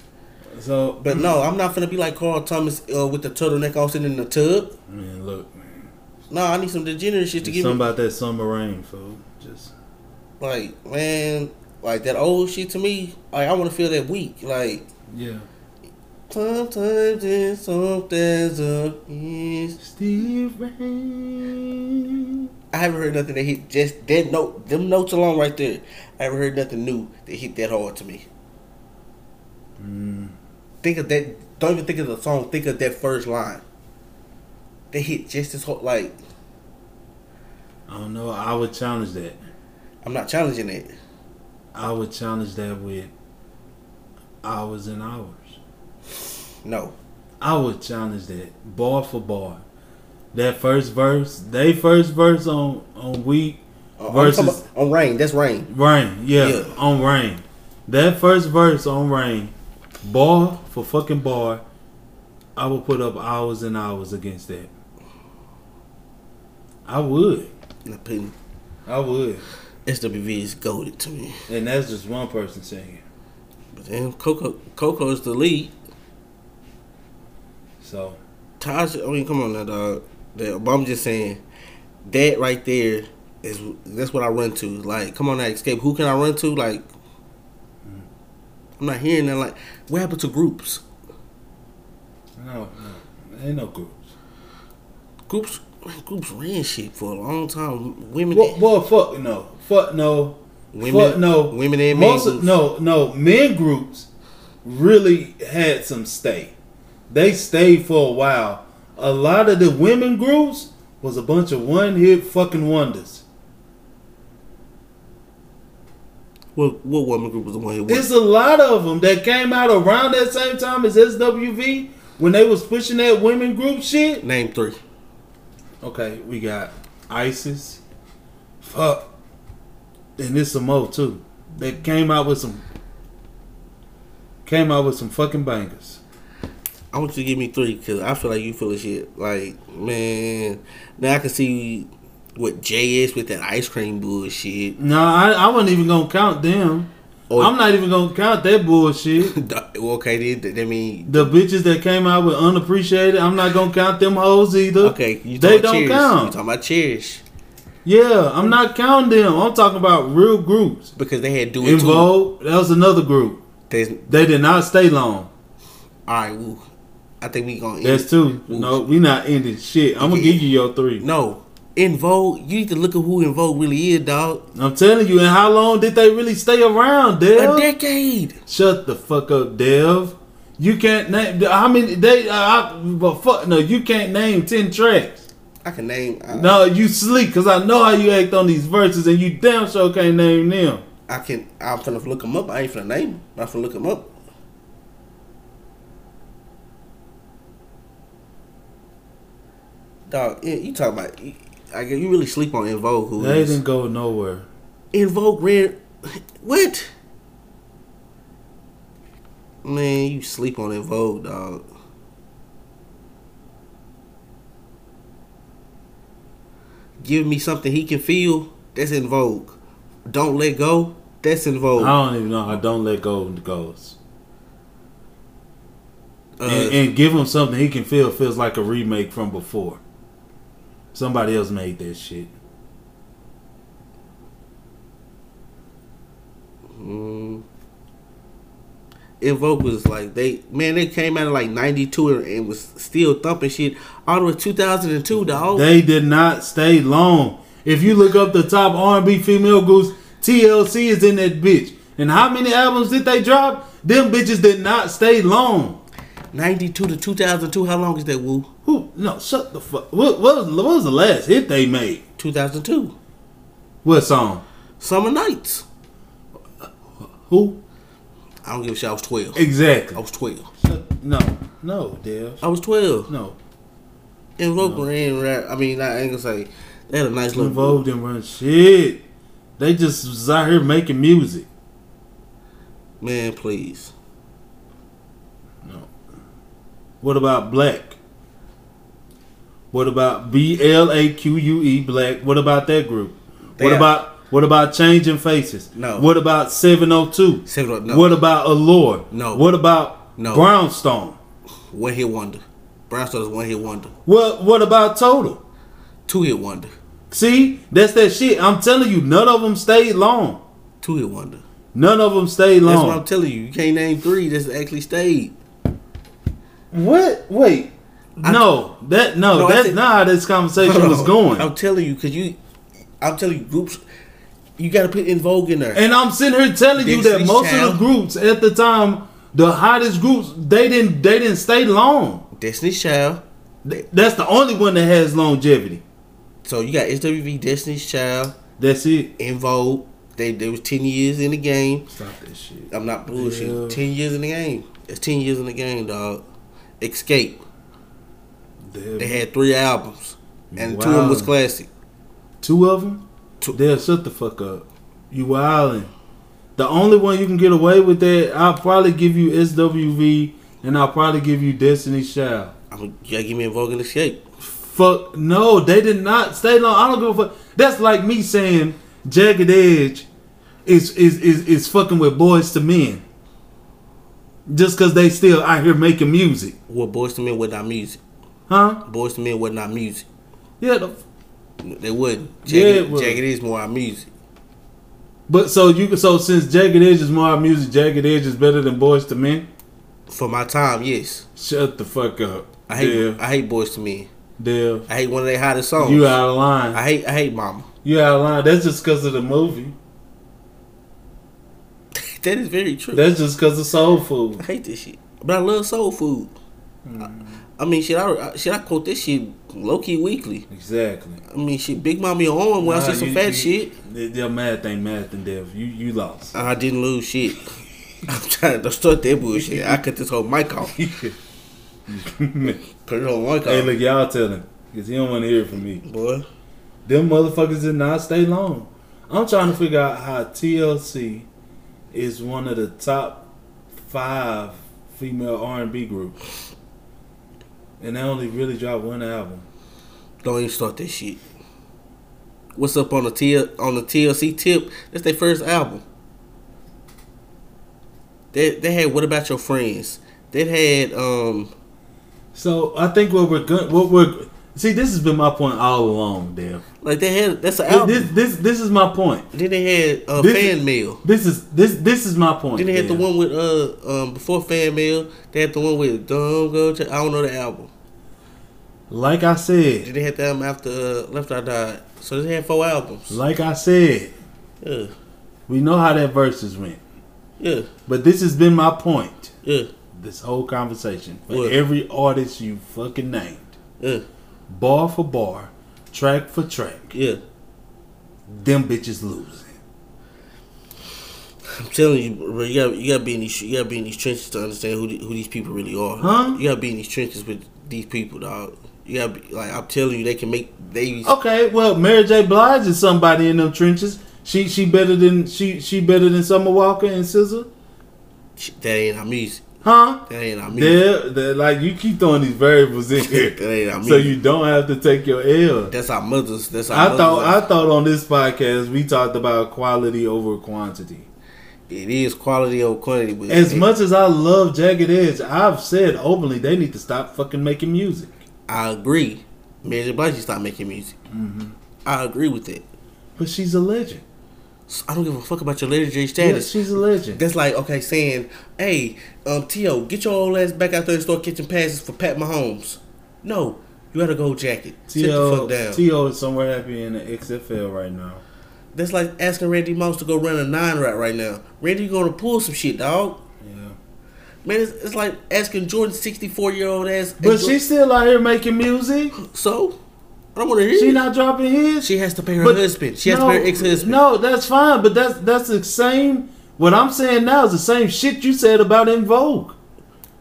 [SPEAKER 3] So,
[SPEAKER 2] But no, I'm not gonna be like Carl Thomas uh, with the turtleneck all sitting in the tub.
[SPEAKER 3] man, look, man.
[SPEAKER 2] No, I need some degenerate shit to
[SPEAKER 3] Something
[SPEAKER 2] give me.
[SPEAKER 3] about that summer rain, fool. Just
[SPEAKER 2] Like, man, like that old shit to me. Like, I want to feel that weak. Like,
[SPEAKER 3] yeah.
[SPEAKER 2] sometimes there's something's up. yes.
[SPEAKER 3] Steve Rain.
[SPEAKER 2] I haven't heard nothing that hit just that note. Them notes alone right there. I haven't heard nothing new that hit that hard to me.
[SPEAKER 3] Mm,
[SPEAKER 2] think of that. Don't even think of the song. Think of that first line. They hit just as hard. Like
[SPEAKER 3] I don't know. I would challenge that.
[SPEAKER 2] I'm not challenging it.
[SPEAKER 3] I would challenge that with hours and hours.
[SPEAKER 2] No,
[SPEAKER 3] I would challenge that bar for bar. That first verse, they first verse on on week
[SPEAKER 2] Uh,
[SPEAKER 3] Versus-
[SPEAKER 2] I'm talking about- on rain. That's rain.
[SPEAKER 3] rain, yeah,
[SPEAKER 2] Yeah.
[SPEAKER 3] on rain. That first verse on rain, bar for fucking bar. I would put up hours and hours against that. I would,
[SPEAKER 2] In opinion,
[SPEAKER 3] I would,
[SPEAKER 2] SWV is goaded to me.
[SPEAKER 3] and that's just one person singing.
[SPEAKER 2] But then Coco, Coco is the lead.
[SPEAKER 3] So
[SPEAKER 2] Taj, I mean, come on now, dog. That, but I'm just saying that right there is that's what I run to. Like, come on now, escape. Who can I run to? Like, I'm not hearing that. Like, what happened to groups?
[SPEAKER 3] no, no, ain't no groups.
[SPEAKER 2] Groups, man, groups ran shit for a long time. Women,
[SPEAKER 3] Well, well, fuck no, fuck no,
[SPEAKER 2] Women-
[SPEAKER 3] fuck no,
[SPEAKER 2] women and men
[SPEAKER 3] Most of-
[SPEAKER 2] groups.
[SPEAKER 3] no, no, men groups really had some stay. They stayed for a while. A lot of the women groups was a bunch of one hit fucking wonders.
[SPEAKER 2] What what woman group was the one who
[SPEAKER 3] There's a lot of them that came out around that same time as SWV when they was pushing that women group shit.
[SPEAKER 2] Name three.
[SPEAKER 3] Okay, we got ISIS. Fuck. And there's some more too. They came out with some came out with some fucking bangers.
[SPEAKER 2] I want you to give me three because I feel like you full of shit. Like man, now I can see what Jay is with that ice cream bullshit.
[SPEAKER 3] No, I, I wasn't even gonna count them.
[SPEAKER 2] Or
[SPEAKER 3] I'm not even gonna count that bullshit.
[SPEAKER 2] Well, okay, then that mean
[SPEAKER 3] The bitches that came out with unappreciated, I'm not gonna count them hoes either.
[SPEAKER 2] okay. You talking
[SPEAKER 3] they don't
[SPEAKER 2] cheers. You
[SPEAKER 3] count.
[SPEAKER 2] talking about cherish
[SPEAKER 3] Yeah, I'm not counting them. I'm talking about real groups.
[SPEAKER 2] because they had do it too.
[SPEAKER 3] Involved, that was another group.
[SPEAKER 2] There's,
[SPEAKER 3] They did not stay long.
[SPEAKER 2] all right, woo. I think we gonna end.
[SPEAKER 3] That's two. No, we not ending shit. I'm gonna give you your three.
[SPEAKER 2] no. In Vogue, you need to look at who In Vogue really is, dog.
[SPEAKER 3] I'm telling you. And how long did they really stay around,
[SPEAKER 2] A
[SPEAKER 3] Dev?
[SPEAKER 2] decade.
[SPEAKER 3] Shut the fuck up, Dev. You can't name. I mean, they. Uh, I, but fuck no. You can't name ten tracks.
[SPEAKER 2] I can name. I,
[SPEAKER 3] No, you sleep because I know how you act on these verses, and you damn sure can't name them.
[SPEAKER 2] I can. I'm finna look them up. I ain't finna name them. I'm finna look them up. Dog, you- you talking about? you- I guess you really sleep on In Vogue. Who
[SPEAKER 3] They
[SPEAKER 2] is
[SPEAKER 3] didn't go nowhere.
[SPEAKER 2] In Vogue ran? What? Man, you sleep on In Vogue, dog. Give me something he can feel. That's In Vogue. Don't let go. That's In Vogue.
[SPEAKER 3] I don't even know. I don't let go of the goals.
[SPEAKER 2] Uh,
[SPEAKER 3] and, and give him something he can feel feels like a remake from before. Somebody else made that shit.
[SPEAKER 2] Mm. Invoke was like they man they came out of like '92 and, and was still thumping shit all the way to 2002 dog.
[SPEAKER 3] They did not stay long. If you look up the top R&B female groups, TLC is in that bitch. And how many albums did they drop? Them bitches did not stay long.
[SPEAKER 2] '92 to 2002. How long is that? Woo.
[SPEAKER 3] Who? No, shut the fuck. What, what, was, what was the last hit they made?
[SPEAKER 2] 2002.
[SPEAKER 3] What song?
[SPEAKER 2] Summer nights.
[SPEAKER 3] Who?
[SPEAKER 2] I don't give a shit. I was 12. I
[SPEAKER 3] Exactly.
[SPEAKER 2] was 12.
[SPEAKER 3] Shut- no, no, Dev.
[SPEAKER 2] I was 12.
[SPEAKER 3] No.
[SPEAKER 2] Invoke ran rap. I mean, I ain't gonna say they had a nice little.
[SPEAKER 3] Involved in run shit. They just was out here making music.
[SPEAKER 2] Man, please.
[SPEAKER 3] What about Black? What about B L A Q U E Black? What about that group?
[SPEAKER 2] They
[SPEAKER 3] what
[SPEAKER 2] are-
[SPEAKER 3] about what about changing faces?
[SPEAKER 2] No.
[SPEAKER 3] What about seven oh two?
[SPEAKER 2] Seven oh- no.
[SPEAKER 3] What about Allure?
[SPEAKER 2] No.
[SPEAKER 3] What about
[SPEAKER 2] No.
[SPEAKER 3] Brownstone?
[SPEAKER 2] One hit wonder. Brownstone is one hit wonder.
[SPEAKER 3] What what about Total?
[SPEAKER 2] Two hit wonder.
[SPEAKER 3] See, that's that shit. I'm telling you, none of them stayed long.
[SPEAKER 2] Two hit wonder.
[SPEAKER 3] None of them stayed
[SPEAKER 2] That's what I'm
[SPEAKER 3] long.
[SPEAKER 2] telling you. You can't name three that's actually stayed.
[SPEAKER 3] What? Wait. no, that no,
[SPEAKER 2] No, I
[SPEAKER 3] that's
[SPEAKER 2] said-
[SPEAKER 3] not how this conversation
[SPEAKER 2] Hold
[SPEAKER 3] was
[SPEAKER 2] on.
[SPEAKER 3] going.
[SPEAKER 2] I'm telling you, cause you, I'm telling you, groups, you got to put in Vogue in there.
[SPEAKER 3] And I'm sitting here telling you
[SPEAKER 2] Dixie
[SPEAKER 3] that most of the
[SPEAKER 2] Child.
[SPEAKER 3] groups at the time, the hottest groups, they didn't they didn't stay long.
[SPEAKER 2] Destiny's Child.
[SPEAKER 3] Th- That's the only one that has longevity.
[SPEAKER 2] So you got SWV, Destiny's Child,
[SPEAKER 3] That's it.
[SPEAKER 2] in Vogue. They they was ten years in the game.
[SPEAKER 3] Stop that shit.
[SPEAKER 2] I'm not bullshitting.
[SPEAKER 3] Yeah.
[SPEAKER 2] Ten years in the game. It's ten years in the game, dog. Escape. They had three albums, and two of them was
[SPEAKER 3] Wow.
[SPEAKER 2] classic.
[SPEAKER 3] two of them.
[SPEAKER 2] Two-
[SPEAKER 3] They'll shut the fuck up. You wildin'. The only one you can get away with that, I'll probably give you SWV, and I'll probably give you Destiny Child.
[SPEAKER 2] I'm you gotta give me in Vogue and Escape.
[SPEAKER 3] Fuck no, they did not stay long. I don't give a fuck. That's like me saying Jagged Edge is is is, is fucking with boys to men. Just cause they still out here making music.
[SPEAKER 2] Well, Boys to Men was not music.
[SPEAKER 3] Huh?
[SPEAKER 2] Boys to Men was not music.
[SPEAKER 3] Yeah, the,
[SPEAKER 2] They wouldn't.
[SPEAKER 3] Yeah, it
[SPEAKER 2] Jagged,
[SPEAKER 3] was.
[SPEAKER 2] Jagged is more our music.
[SPEAKER 3] but so you can so since Jagged Edge is more music, Jagged Edge is better than Boys to Men?
[SPEAKER 2] For my time, yes.
[SPEAKER 3] Shut the fuck up.
[SPEAKER 2] I hate Oh.
[SPEAKER 3] Dev,
[SPEAKER 2] I hate Boys to Men.
[SPEAKER 3] Dev.
[SPEAKER 2] I hate one of their hottest songs.
[SPEAKER 3] You out of line.
[SPEAKER 2] I hate I hate Mama. [LAUGHS]
[SPEAKER 3] you out of line. That's just because of the movie.
[SPEAKER 2] that is very true.
[SPEAKER 3] That's just because of soul
[SPEAKER 2] I
[SPEAKER 3] food.
[SPEAKER 2] hate this shit, but I love soul food.
[SPEAKER 3] Mm.
[SPEAKER 2] I, I mean, shit, I, I shit, I quote this shit low key weekly.
[SPEAKER 3] Exactly.
[SPEAKER 2] I mean, shit, Big Mommy on when I
[SPEAKER 3] Nah,
[SPEAKER 2] said some
[SPEAKER 3] you-
[SPEAKER 2] fat
[SPEAKER 3] you-
[SPEAKER 2] shit. Uh.
[SPEAKER 3] they- They're math ain't math and dev. You you lost. [LAUGHS]
[SPEAKER 2] I didn't lose shit. [LAUGHS] I'm trying to start that bullshit. I cut this whole mic off.
[SPEAKER 3] hey,
[SPEAKER 2] Cut this whole mic off,
[SPEAKER 3] look, y'all tell him because he don't want to hear it from me.
[SPEAKER 2] boy.
[SPEAKER 3] Them motherfuckers did not stay long. I'm trying to figure out how TLC is one of the top five female R&B groups, and they only really dropped one album.
[SPEAKER 2] Don't even start that shit. What's up on the T on the TLC tip? That's their first album. They they had What About Your Friends? They had um
[SPEAKER 3] So I think what we're going, what we're see, this has been my point all along, Dev.
[SPEAKER 2] like they had that's an album.
[SPEAKER 3] This this this is my point.
[SPEAKER 2] then they had uh,
[SPEAKER 3] this-
[SPEAKER 2] Fan Mail.
[SPEAKER 3] This is this this is my point.
[SPEAKER 2] Then they had the
[SPEAKER 3] Dev.
[SPEAKER 2] one with uh um before Fan Mail. They had the one with Dumb Go. Ch- I don't know the album.
[SPEAKER 3] Like I said,
[SPEAKER 2] Then they had the album after uh, Left I Died. So they had four albums.
[SPEAKER 3] like I said,
[SPEAKER 2] Yeah,
[SPEAKER 3] we know how that verses went.
[SPEAKER 2] yeah,
[SPEAKER 3] But this has been my point.
[SPEAKER 2] yeah,
[SPEAKER 3] This whole conversation. For
[SPEAKER 2] What?
[SPEAKER 3] every artist you fucking named.
[SPEAKER 2] yeah,
[SPEAKER 3] Bar for bar, track for track.
[SPEAKER 2] yeah.
[SPEAKER 3] Them bitches losing.
[SPEAKER 2] I'm telling you, bro. You got you got to be in these you got to be in these trenches to understand who the, who these people really are.
[SPEAKER 3] Huh?
[SPEAKER 2] You got to be in these trenches with these people, dog. You got to be like I'm telling you, they can make they.
[SPEAKER 3] Okay, well, Mary J. Blige is somebody in them trenches. She she better than she she better than Summer Walker and SZA,
[SPEAKER 2] That ain't our music.
[SPEAKER 3] huh?
[SPEAKER 2] That ain't our music.
[SPEAKER 3] They're, they're like you keep throwing these variables in here,
[SPEAKER 2] That ain't our
[SPEAKER 3] so
[SPEAKER 2] music.
[SPEAKER 3] you don't have to take your L.
[SPEAKER 2] that's our mothers. That's our.
[SPEAKER 3] I thought
[SPEAKER 2] mothers.
[SPEAKER 3] I thought on this podcast we talked about quality over quantity.
[SPEAKER 2] it is quality over quantity, but
[SPEAKER 3] As
[SPEAKER 2] it-
[SPEAKER 3] much as I love Jagged Edge, I've said openly they need to stop fucking making music.
[SPEAKER 2] I agree. Mary J. Blige stopped making music.
[SPEAKER 3] Mm-hmm.
[SPEAKER 2] I agree with that.
[SPEAKER 3] But she's a legend.
[SPEAKER 2] So I don't give a fuck about your legendary
[SPEAKER 3] Yeah,
[SPEAKER 2] status.
[SPEAKER 3] she's a legend.
[SPEAKER 2] That's like okay saying, "Hey, um, T.O., get your old ass back out there and start catching passes for Pat Mahomes." No, you had a gold jacket. Sit the
[SPEAKER 3] T.O.
[SPEAKER 2] fuck down.
[SPEAKER 3] T.O. is somewhere happy in the XFL right now.
[SPEAKER 2] That's like asking Randy Moss to go run a nine route right now. Randy, you gonna pull some shit, dog?
[SPEAKER 3] Yeah.
[SPEAKER 2] Man, it's, it's like asking Jordan, sixty-four year old ass.
[SPEAKER 3] But
[SPEAKER 2] and
[SPEAKER 3] she's still out here making music.
[SPEAKER 2] so. I don't want to hear.
[SPEAKER 3] She
[SPEAKER 2] it.
[SPEAKER 3] not dropping hits.
[SPEAKER 2] She has to pay her
[SPEAKER 3] But-
[SPEAKER 2] husband. She has to pay her ex-husband.
[SPEAKER 3] No, that's fine, but that's that's the same. What I'm saying now is the same shit you said about In Vogue.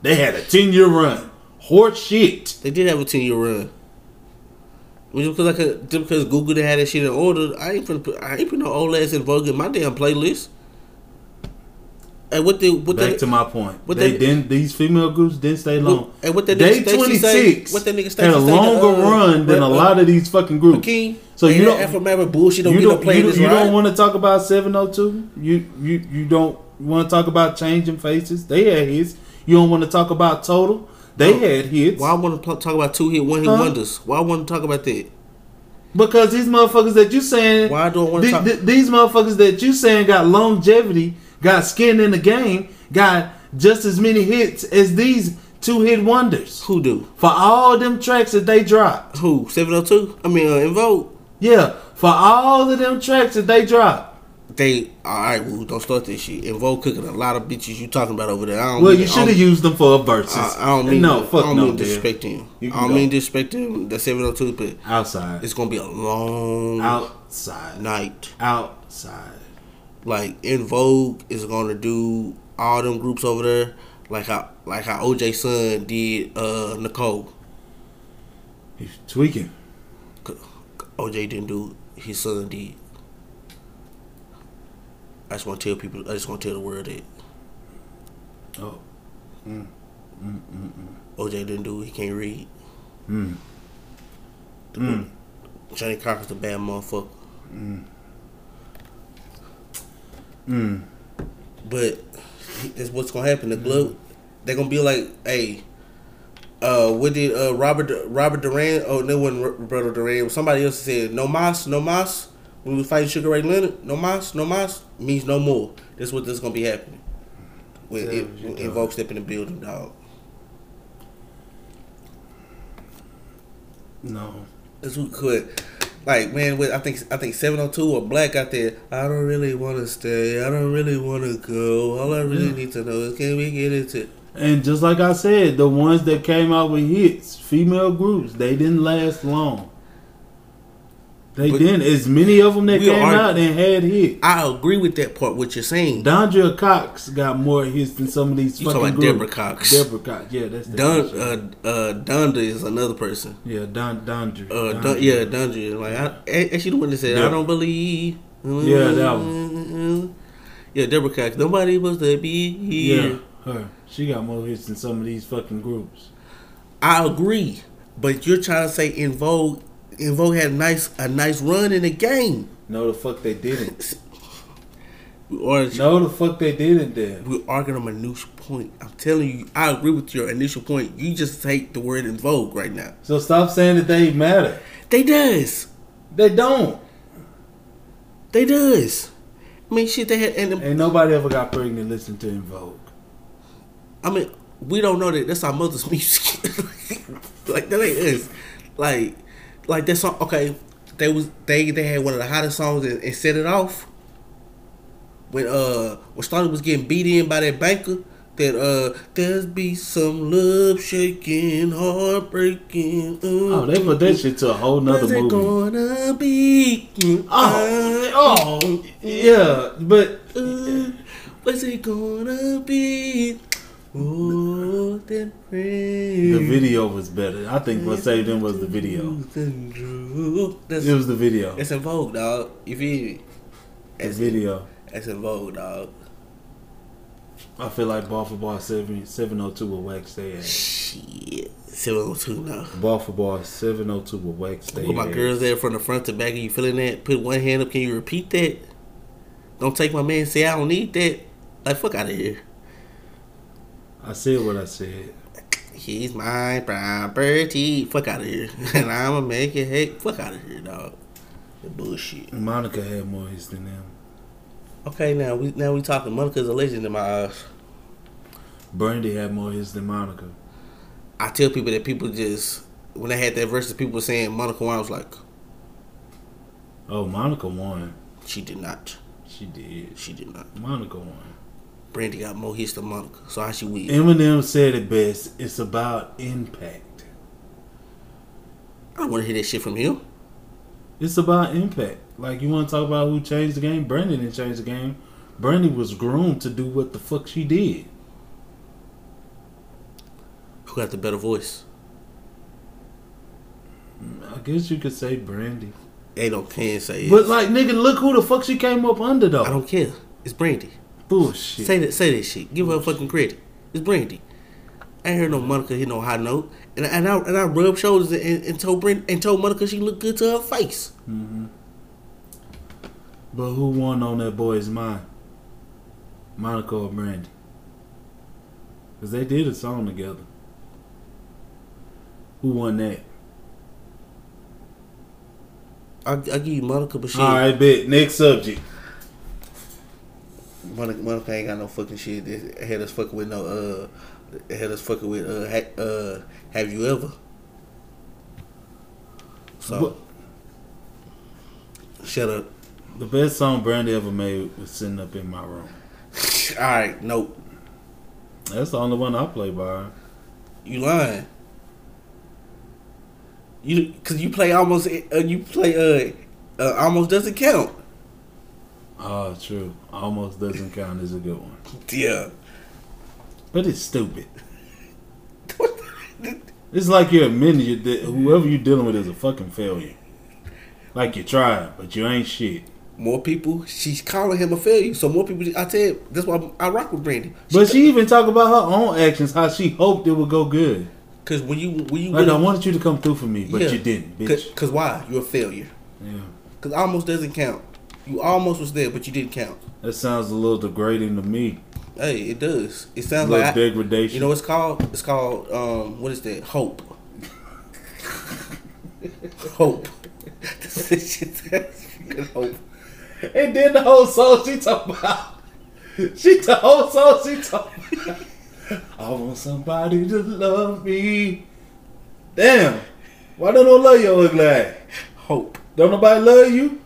[SPEAKER 3] They had a ten year run. Horse shit.
[SPEAKER 2] They did have a ten year run. Well, Just because I could, just because Google done had that shit in order, I ain't put I ain't put no old ass in Vogue in my damn playlist. And what the what
[SPEAKER 3] Back
[SPEAKER 2] the,
[SPEAKER 3] to my point.
[SPEAKER 2] what
[SPEAKER 3] they
[SPEAKER 2] they-
[SPEAKER 3] didn't. These female groups didn't stay long.
[SPEAKER 2] and what that nigga
[SPEAKER 3] they
[SPEAKER 2] Stacey
[SPEAKER 3] twenty
[SPEAKER 2] say-
[SPEAKER 3] six.
[SPEAKER 2] what that nigga Stacey
[SPEAKER 3] had a
[SPEAKER 2] say to,
[SPEAKER 3] longer
[SPEAKER 2] uh,
[SPEAKER 3] run than a
[SPEAKER 2] uh,
[SPEAKER 3] lot of these fucking groups.
[SPEAKER 2] King.
[SPEAKER 3] So you don't-
[SPEAKER 2] Afro Maverick bullshit. Don't
[SPEAKER 3] you
[SPEAKER 2] be no
[SPEAKER 3] don't.
[SPEAKER 2] playing
[SPEAKER 3] You,
[SPEAKER 2] this
[SPEAKER 3] you
[SPEAKER 2] right.
[SPEAKER 3] don't want to talk about seven oh two. You you you don't want to talk about changing faces. They had hits. You don't want to talk about total. They had hits.
[SPEAKER 2] Why I want to talk about two hit one hit
[SPEAKER 3] Huh?
[SPEAKER 2] wonders? Why I want to talk about that?
[SPEAKER 3] Because these motherfuckers that you saying,
[SPEAKER 2] Why do I wanna
[SPEAKER 3] the-
[SPEAKER 2] talk-
[SPEAKER 3] the- these motherfuckers that you saying got longevity, got skin in the game, got just as many hits as these two hit wonders
[SPEAKER 2] Who do?
[SPEAKER 3] for all them tracks that they dropped.
[SPEAKER 2] Who? Seven oh two. I mean, uh, in vogue.
[SPEAKER 3] Yeah, for all of them tracks that they dropped.
[SPEAKER 2] They all right. Woo, don't start this shit. In vogue cooking a lot of bitches you talking about over there. I don't
[SPEAKER 3] Well,
[SPEAKER 2] mean-
[SPEAKER 3] you
[SPEAKER 2] I
[SPEAKER 3] should
[SPEAKER 2] don't-
[SPEAKER 3] have used them for a versus.
[SPEAKER 2] I, I don't mean
[SPEAKER 3] no.
[SPEAKER 2] to-
[SPEAKER 3] Fuck
[SPEAKER 2] I don't
[SPEAKER 3] no,
[SPEAKER 2] mean
[SPEAKER 3] dude.
[SPEAKER 2] disrespect him. I
[SPEAKER 3] You can
[SPEAKER 2] don't
[SPEAKER 3] go.
[SPEAKER 2] mean disrespect him. The seven oh two, but
[SPEAKER 3] Outside,
[SPEAKER 2] it's gonna be a long
[SPEAKER 3] outside,
[SPEAKER 2] night.
[SPEAKER 3] outside.
[SPEAKER 2] like in Vogue is gonna do all them groups over there, like how like how OJ Sun did uh Nicole.
[SPEAKER 3] He's tweaking.
[SPEAKER 2] C- OJ didn't do it, his son did. I just want to tell people. I just want to tell the world that
[SPEAKER 3] Oh,
[SPEAKER 2] OJ didn't do it. He can't read. Mm. Johnny Cocker's a bad motherfucker. Hmm. But that's what's gonna happen. The glove, they're gonna be like, hey, uh, what did uh Robert Robert Duran? Oh, no, wasn't Ro- Roberto Duran. It was Somebody else said no mas, no mas. When we fight Sugar Ray Leonard, no mas, no mas means no more. That's what that's gonna be happening. When
[SPEAKER 3] Tell
[SPEAKER 2] it,
[SPEAKER 3] what you
[SPEAKER 2] when
[SPEAKER 3] doing.
[SPEAKER 2] Evoke step in the building, dog.
[SPEAKER 3] no.
[SPEAKER 2] That's who could. Like man, with I think I think seven hundred two or black out there. I don't really want to stay. I don't really want to go. All I
[SPEAKER 3] Mm.
[SPEAKER 2] really need to know is can we get into
[SPEAKER 3] And just like I said, the ones that came out with hits, female groups, they didn't last long. They
[SPEAKER 2] But-
[SPEAKER 3] didn't. As many of them that
[SPEAKER 2] We
[SPEAKER 3] came
[SPEAKER 2] are-
[SPEAKER 3] out and had hits.
[SPEAKER 2] I agree with that part. What you're saying,
[SPEAKER 3] Dondra Cox got more hits than some of these
[SPEAKER 2] You
[SPEAKER 3] fucking
[SPEAKER 2] talking about
[SPEAKER 3] groups.
[SPEAKER 2] Deborah Cox.
[SPEAKER 3] Deborah Cox. Yeah, that's the
[SPEAKER 2] Don uh, uh, Donda is another person.
[SPEAKER 3] Yeah, Don Dondra.
[SPEAKER 2] Uh,
[SPEAKER 3] Dondra.
[SPEAKER 2] Don, yeah, Dondra. Like I, actually, the one that said,
[SPEAKER 3] Yeah.
[SPEAKER 2] "I don't believe."
[SPEAKER 3] Yeah, that
[SPEAKER 2] one. Yeah, Deborah Cox. Nobody was to be here.
[SPEAKER 3] yeah, her. She got more hits than some of these fucking groups.
[SPEAKER 2] I agree, but you're trying to say in Vogue, in Vogue had a nice a nice run in the game.
[SPEAKER 3] No, the fuck they didn't.
[SPEAKER 2] We are
[SPEAKER 3] No, the fuck they didn't. Then
[SPEAKER 2] we're arguing on my initial point. I'm telling you, I agree with your initial point. You just take the word in Vogue right now.
[SPEAKER 3] so stop saying that they matter.
[SPEAKER 2] They does.
[SPEAKER 3] They don't.
[SPEAKER 2] They does. I mean, shit. They had and the-
[SPEAKER 3] Ain't nobody ever got pregnant listening to In Vogue.
[SPEAKER 2] I mean, we don't know that that's our mother's [LAUGHS] music. like that ain't us. Like, like that song. Okay, they was they they had one of the hottest songs and, and set it off. When uh when Stoney was getting beat in by that banker, that uh there's be some love shaking, heartbreaking.
[SPEAKER 3] Oh, they put that shit to a whole nother
[SPEAKER 2] What's it
[SPEAKER 3] movie.
[SPEAKER 2] gonna be?
[SPEAKER 3] Oh, oh, yeah, but
[SPEAKER 2] Uh, what's it gonna be? Oh, that
[SPEAKER 3] the
[SPEAKER 2] rain.
[SPEAKER 3] video was better. I think what saved them was the video.
[SPEAKER 2] That's,
[SPEAKER 3] It was the video.
[SPEAKER 2] it's in vogue, dog. You feel me?
[SPEAKER 3] The
[SPEAKER 2] It's,
[SPEAKER 3] video.
[SPEAKER 2] it's in vogue, dog.
[SPEAKER 3] I feel like Ball for Ball 7, 702 will wax their ass.
[SPEAKER 2] Shit. 702 now.
[SPEAKER 3] Ball for Ball 702 will wax their
[SPEAKER 2] Put my
[SPEAKER 3] ass.
[SPEAKER 2] girls there from the front to back. Are you feeling that? Put one hand up. Can you repeat that? Don't take my man. Say I don't need that. Like fuck out of here.
[SPEAKER 3] I said what I said.
[SPEAKER 2] He's my property. Fuck out of here. [LAUGHS] and I'ma make it hate. Fuck out of here, dog. The bullshit.
[SPEAKER 3] Monica had more hits than them.
[SPEAKER 2] Okay, now we now we talking. Monica's a legend in my eyes.
[SPEAKER 3] Brandy had more hits than Monica.
[SPEAKER 2] I tell people that people just when they had that versus people were saying Monica Wine I was like,
[SPEAKER 3] Oh, Monica won.
[SPEAKER 2] she did not.
[SPEAKER 3] She did.
[SPEAKER 2] She did not.
[SPEAKER 3] Monica won.
[SPEAKER 2] Brandy got more hits than Monica, so how she win?
[SPEAKER 3] Eminem said it best. It's about impact.
[SPEAKER 2] I don't want to hear that shit from him.
[SPEAKER 3] It's about impact. Like you want to talk about who changed the game? Brandy didn't change the game. Brandy was groomed to do what the fuck she did.
[SPEAKER 2] Who got the better voice?
[SPEAKER 3] I guess you could say Brandy.
[SPEAKER 2] Ain't no can say it.
[SPEAKER 3] But like nigga, look who the fuck she came up under though.
[SPEAKER 2] I don't care. It's Brandy.
[SPEAKER 3] Bullshit.
[SPEAKER 2] Say that. Say that shit. Give her fucking credit. It's Brandy. I ain't heard no Monica hit no high note, and I, and I and I rubbed shoulders and, and told Brand and told Monica she looked good to her face.
[SPEAKER 3] But who won on that boy's mind? Monica or Brandy? Because they did a song together. Who won that?
[SPEAKER 2] I I give you Monica, but she
[SPEAKER 3] All right, bet. Next subject.
[SPEAKER 2] Monica, Monica ain't got no fucking shit. that had us fucking with no uh, that had us fucking with uh, ha- uh, have you ever? So
[SPEAKER 3] What-
[SPEAKER 2] shut up.
[SPEAKER 3] The best song Brandy ever made was Sitting Up in My Room.
[SPEAKER 2] All right, nope.
[SPEAKER 3] That's the only one I play by. her.
[SPEAKER 2] You lying. You cause you play almost uh, you play uh, uh almost doesn't count.
[SPEAKER 3] Oh, true. Almost Doesn't Count is a good one.
[SPEAKER 2] Yeah. [LAUGHS]
[SPEAKER 3] But it's stupid. It's like you're admitting you that whoever you're dealing with is a fucking failure. Like you tried, but you ain't shit.
[SPEAKER 2] more people, she's calling him a failure. So more people, I tell you, that's why I rock with Brandy.
[SPEAKER 3] But she even talk about her own actions, how she hoped it would go good.
[SPEAKER 2] Cause when you when you
[SPEAKER 3] Like
[SPEAKER 2] win
[SPEAKER 3] I
[SPEAKER 2] a-
[SPEAKER 3] wanted you to come through for me, but
[SPEAKER 2] Yeah.
[SPEAKER 3] you didn't,
[SPEAKER 2] Cause,
[SPEAKER 3] bitch.
[SPEAKER 2] 'cause why? You're a failure.
[SPEAKER 3] Yeah,
[SPEAKER 2] Cause almost doesn't count. You almost was there, but you didn't count.
[SPEAKER 3] that sounds a little degrading to me.
[SPEAKER 2] Hey, it does. It
[SPEAKER 3] A
[SPEAKER 2] sounds
[SPEAKER 3] little
[SPEAKER 2] like I-
[SPEAKER 3] degradation.
[SPEAKER 2] you know it's called. It's called um what is that? Hope. hope. hope.
[SPEAKER 3] And then the whole song she talk about. She the whole song she talk about. I want somebody to love me. Damn. Why don't I love your ugly ass?
[SPEAKER 2] Hope.
[SPEAKER 3] Don't nobody love you?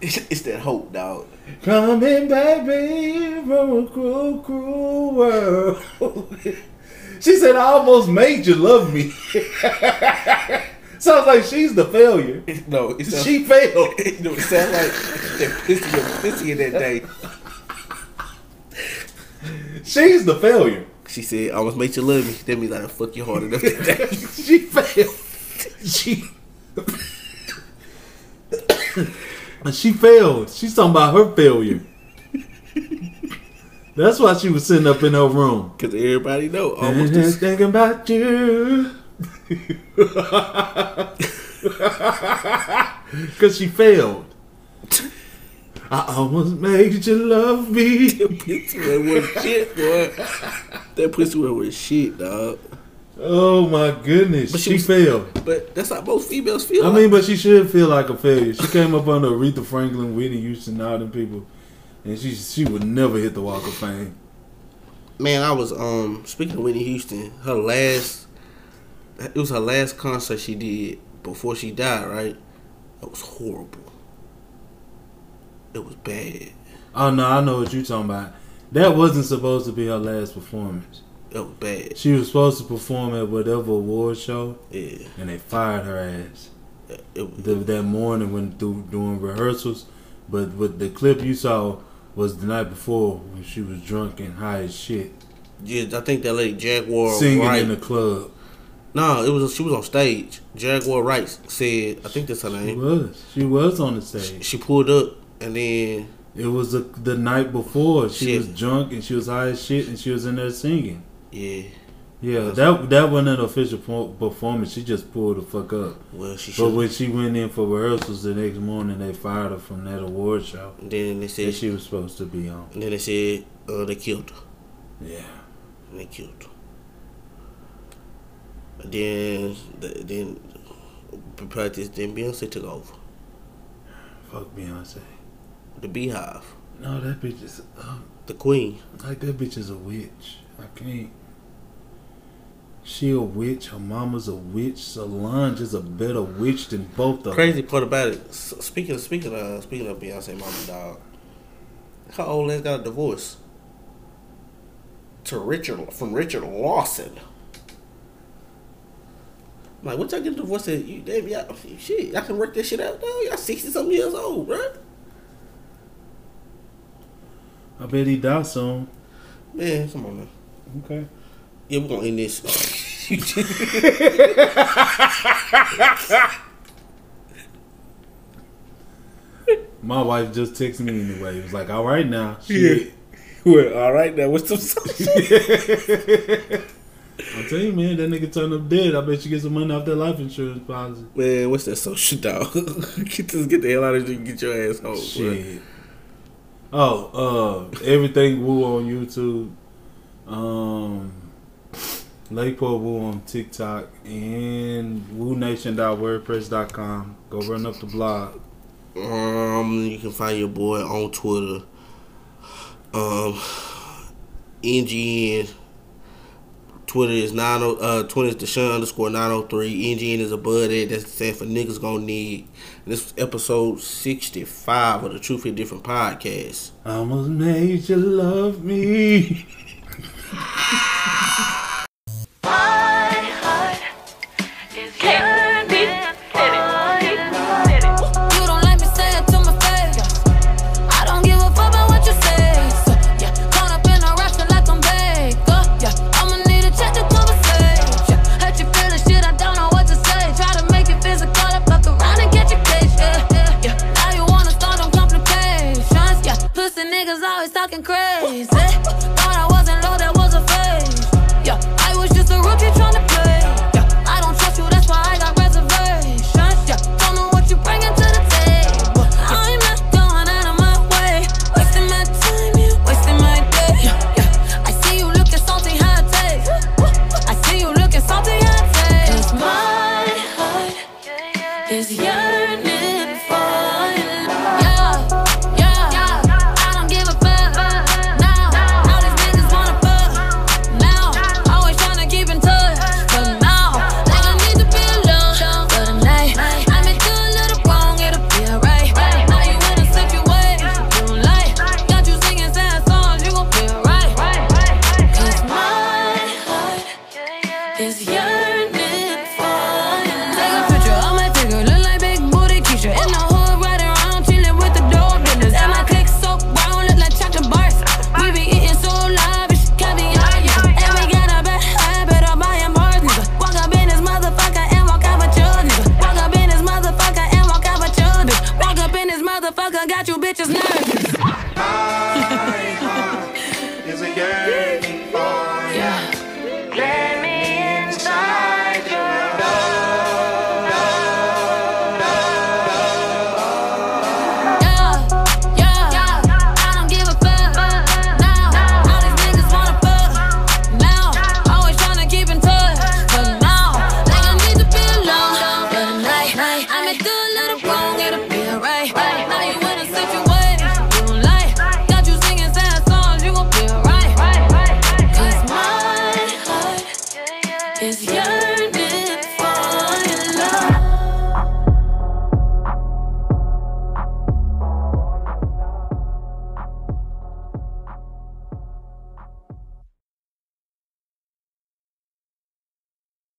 [SPEAKER 2] It's, it's that hope, dog.
[SPEAKER 3] Come in, baby, from a cruel, cruel world. [LAUGHS] she said, I almost made you love me. [LAUGHS] Sounds like she's the failure.
[SPEAKER 2] No, it's [LAUGHS]
[SPEAKER 3] She failed.
[SPEAKER 2] No, it sounds like that pissy of pissy in that day.
[SPEAKER 3] She's the failure.
[SPEAKER 2] She said, I almost made you love me. That means I done fuck you harder than [LAUGHS] that.
[SPEAKER 3] [LAUGHS] she failed. She. [COUGHS] she failed. She's talking about her failure. That's why she was sitting up in her room. Uh-huh.
[SPEAKER 2] Because everybody know. Almost
[SPEAKER 3] Almost
[SPEAKER 2] this,
[SPEAKER 3] just thinking about [LAUGHS] you. Because she failed. I almost made you love me.
[SPEAKER 2] that pussy went with shit, boy. That pussy went with shit, dog.
[SPEAKER 3] Oh my goodness.
[SPEAKER 2] But she
[SPEAKER 3] she
[SPEAKER 2] was-
[SPEAKER 3] failed.
[SPEAKER 2] But that's how most females feel.
[SPEAKER 3] I mean, but she should feel like a failure. She came up under Aretha Franklin, Whitney Houston, all them people, and she she would never hit the Walk of Fame.
[SPEAKER 2] man, I was um speaking to Whitney Houston. Her last, it was her last concert she did before she died. Right? It was horrible. It was bad.
[SPEAKER 3] Oh no, I know what you're talking about. That wasn't supposed to be her last performance.
[SPEAKER 2] It was bad.
[SPEAKER 3] She was supposed to perform at whatever award show,
[SPEAKER 2] Yeah.
[SPEAKER 3] and they fired her ass
[SPEAKER 2] It was,
[SPEAKER 3] the, that morning when through doing rehearsals. But what the clip you saw was the night before when she was drunk and high as shit,
[SPEAKER 2] yeah, I think that lady Jaguar
[SPEAKER 3] singing
[SPEAKER 2] Wright.
[SPEAKER 3] in the club.
[SPEAKER 2] no, it was she was on stage. Jaguar Wright said, I think that's her
[SPEAKER 3] She
[SPEAKER 2] name.
[SPEAKER 3] was, she was on the stage.
[SPEAKER 2] She pulled up and then
[SPEAKER 3] It was the, the night before. She
[SPEAKER 2] Shit.
[SPEAKER 3] was drunk and she was high as shit and she was in there singing.
[SPEAKER 2] yeah.
[SPEAKER 3] Yeah, that that wasn't an official po- performance. She just pulled the fuck up.
[SPEAKER 2] Well, she
[SPEAKER 3] But
[SPEAKER 2] should.
[SPEAKER 3] when she went in for rehearsals the next morning, they fired her from that award show
[SPEAKER 2] then they said
[SPEAKER 3] that she was supposed to be on.
[SPEAKER 2] And then they said, uh, they killed her.
[SPEAKER 3] Yeah,
[SPEAKER 2] And they killed her. And then, th- then, p- practice, then Beyonce took over.
[SPEAKER 3] fuck Beyonce.
[SPEAKER 2] The Beehive.
[SPEAKER 3] No, that bitch is uh,
[SPEAKER 2] The Queen.
[SPEAKER 3] like that bitch is a witch. I can't. She a witch. Her mama's a witch. Solange is a better witch than both of
[SPEAKER 2] Crazy part about it, s- speaking speaking of, speaking of Beyonce mama dog, her old ass got a divorce. To Richard, from Richard Lawson. I'm like, what y'all get a divorce at? You, damn, y'all, shit, y'all can work that shit out, dog. Y'all 60 something years old, bruh.
[SPEAKER 3] them. I bet he died soon.
[SPEAKER 2] Man, come on, man.
[SPEAKER 3] Okay.
[SPEAKER 2] Yeah, we're gonna end this. [LAUGHS] You just-
[SPEAKER 3] My wife just texted me anyway. It was like, all right now. Shit.
[SPEAKER 2] Well, all right now. What's the [LAUGHS]
[SPEAKER 3] I'm telling you, man, that nigga turned up dead. I bet you get some money off that life insurance policy.
[SPEAKER 2] man? What's that social dog? [LAUGHS] get this, get the hell out of here. and Get your ass home. Shit.
[SPEAKER 3] Shit. Oh, uh, everything Woo on YouTube. Um, Lakeport Woo on TikTok and WooNation.wordpress.com. Go run up the blog.
[SPEAKER 2] Um, you can find your boy on Twitter. Um, NGN. Twitter is nine oh uh Twitter is Deshaun underscore nine oh three. NGN is above that. That's stand for niggas gonna need. And this was episode sixty five of the Truth Hit Different podcast.
[SPEAKER 3] I almost made you love me. [LAUGHS]
[SPEAKER 4] My heart is yearning for you.
[SPEAKER 5] You don't like me, say it to my face. I don't give a fuck about what you say. So, yeah, caught up in a rush and like I'm Baker. Uh, Yeah, I'ma need a check to conversation. Yeah, hurt your feelings, shit, I don't know what to say. Try to make it physical, I fuck around and get your bitch. Yeah, yeah, yeah. Now you wanna start on complications. Yeah, pussy niggas always talking crazy. Thought I wasn't low, that was a phase. Yeah, I was just a rookie trying to play. Yeah, I don't trust you, that's why I got reservations. Yeah, don't know what you bringing to the table. I'm not going out of my way, wasting my time, you wasting my day. Yeah, yeah. I see you looking salty, how it tastes. I see you looking salty, how it tastes. 'Cause my heart is yearning for you. Yeah, yeah, yeah. I don't give a fuck. Now, all these niggas wanna fuck now. Always tryna keep in touch, but now, like I need to be alone for the night. I may do a little wrong, it'll be alright. Now you in a situation you don't like. Got you singing sad songs, you gon' be alright. Cause my heart is yearning for you. Take a picture of my figure, look like big booty Keisha. In the hood, riding around, chilling with the door business. And my click so brown, look like chocolate bars. We be eating so live, it's caviar. Yeah. And we got a bad habit of buying bars, nigga. Walk up in this motherfucker and walk out with your nigga. Walk up in this motherfucker and walk out with your bitch. Walk up in this motherfucker, got you bitches nervous.
[SPEAKER 1] Is a yearning for you. Let me inside your
[SPEAKER 5] Yeah, yeah, yeah. I don't give a fuck. Now, all these niggas wanna fuck. Now, always tryna keep in touch. But now, like I need to be alone for the night. I may do a little wrong, it'll be alright. Now you in a situation you don't like. Got you singing sad songs, you gon' be alright. 'Cause my heart is yearning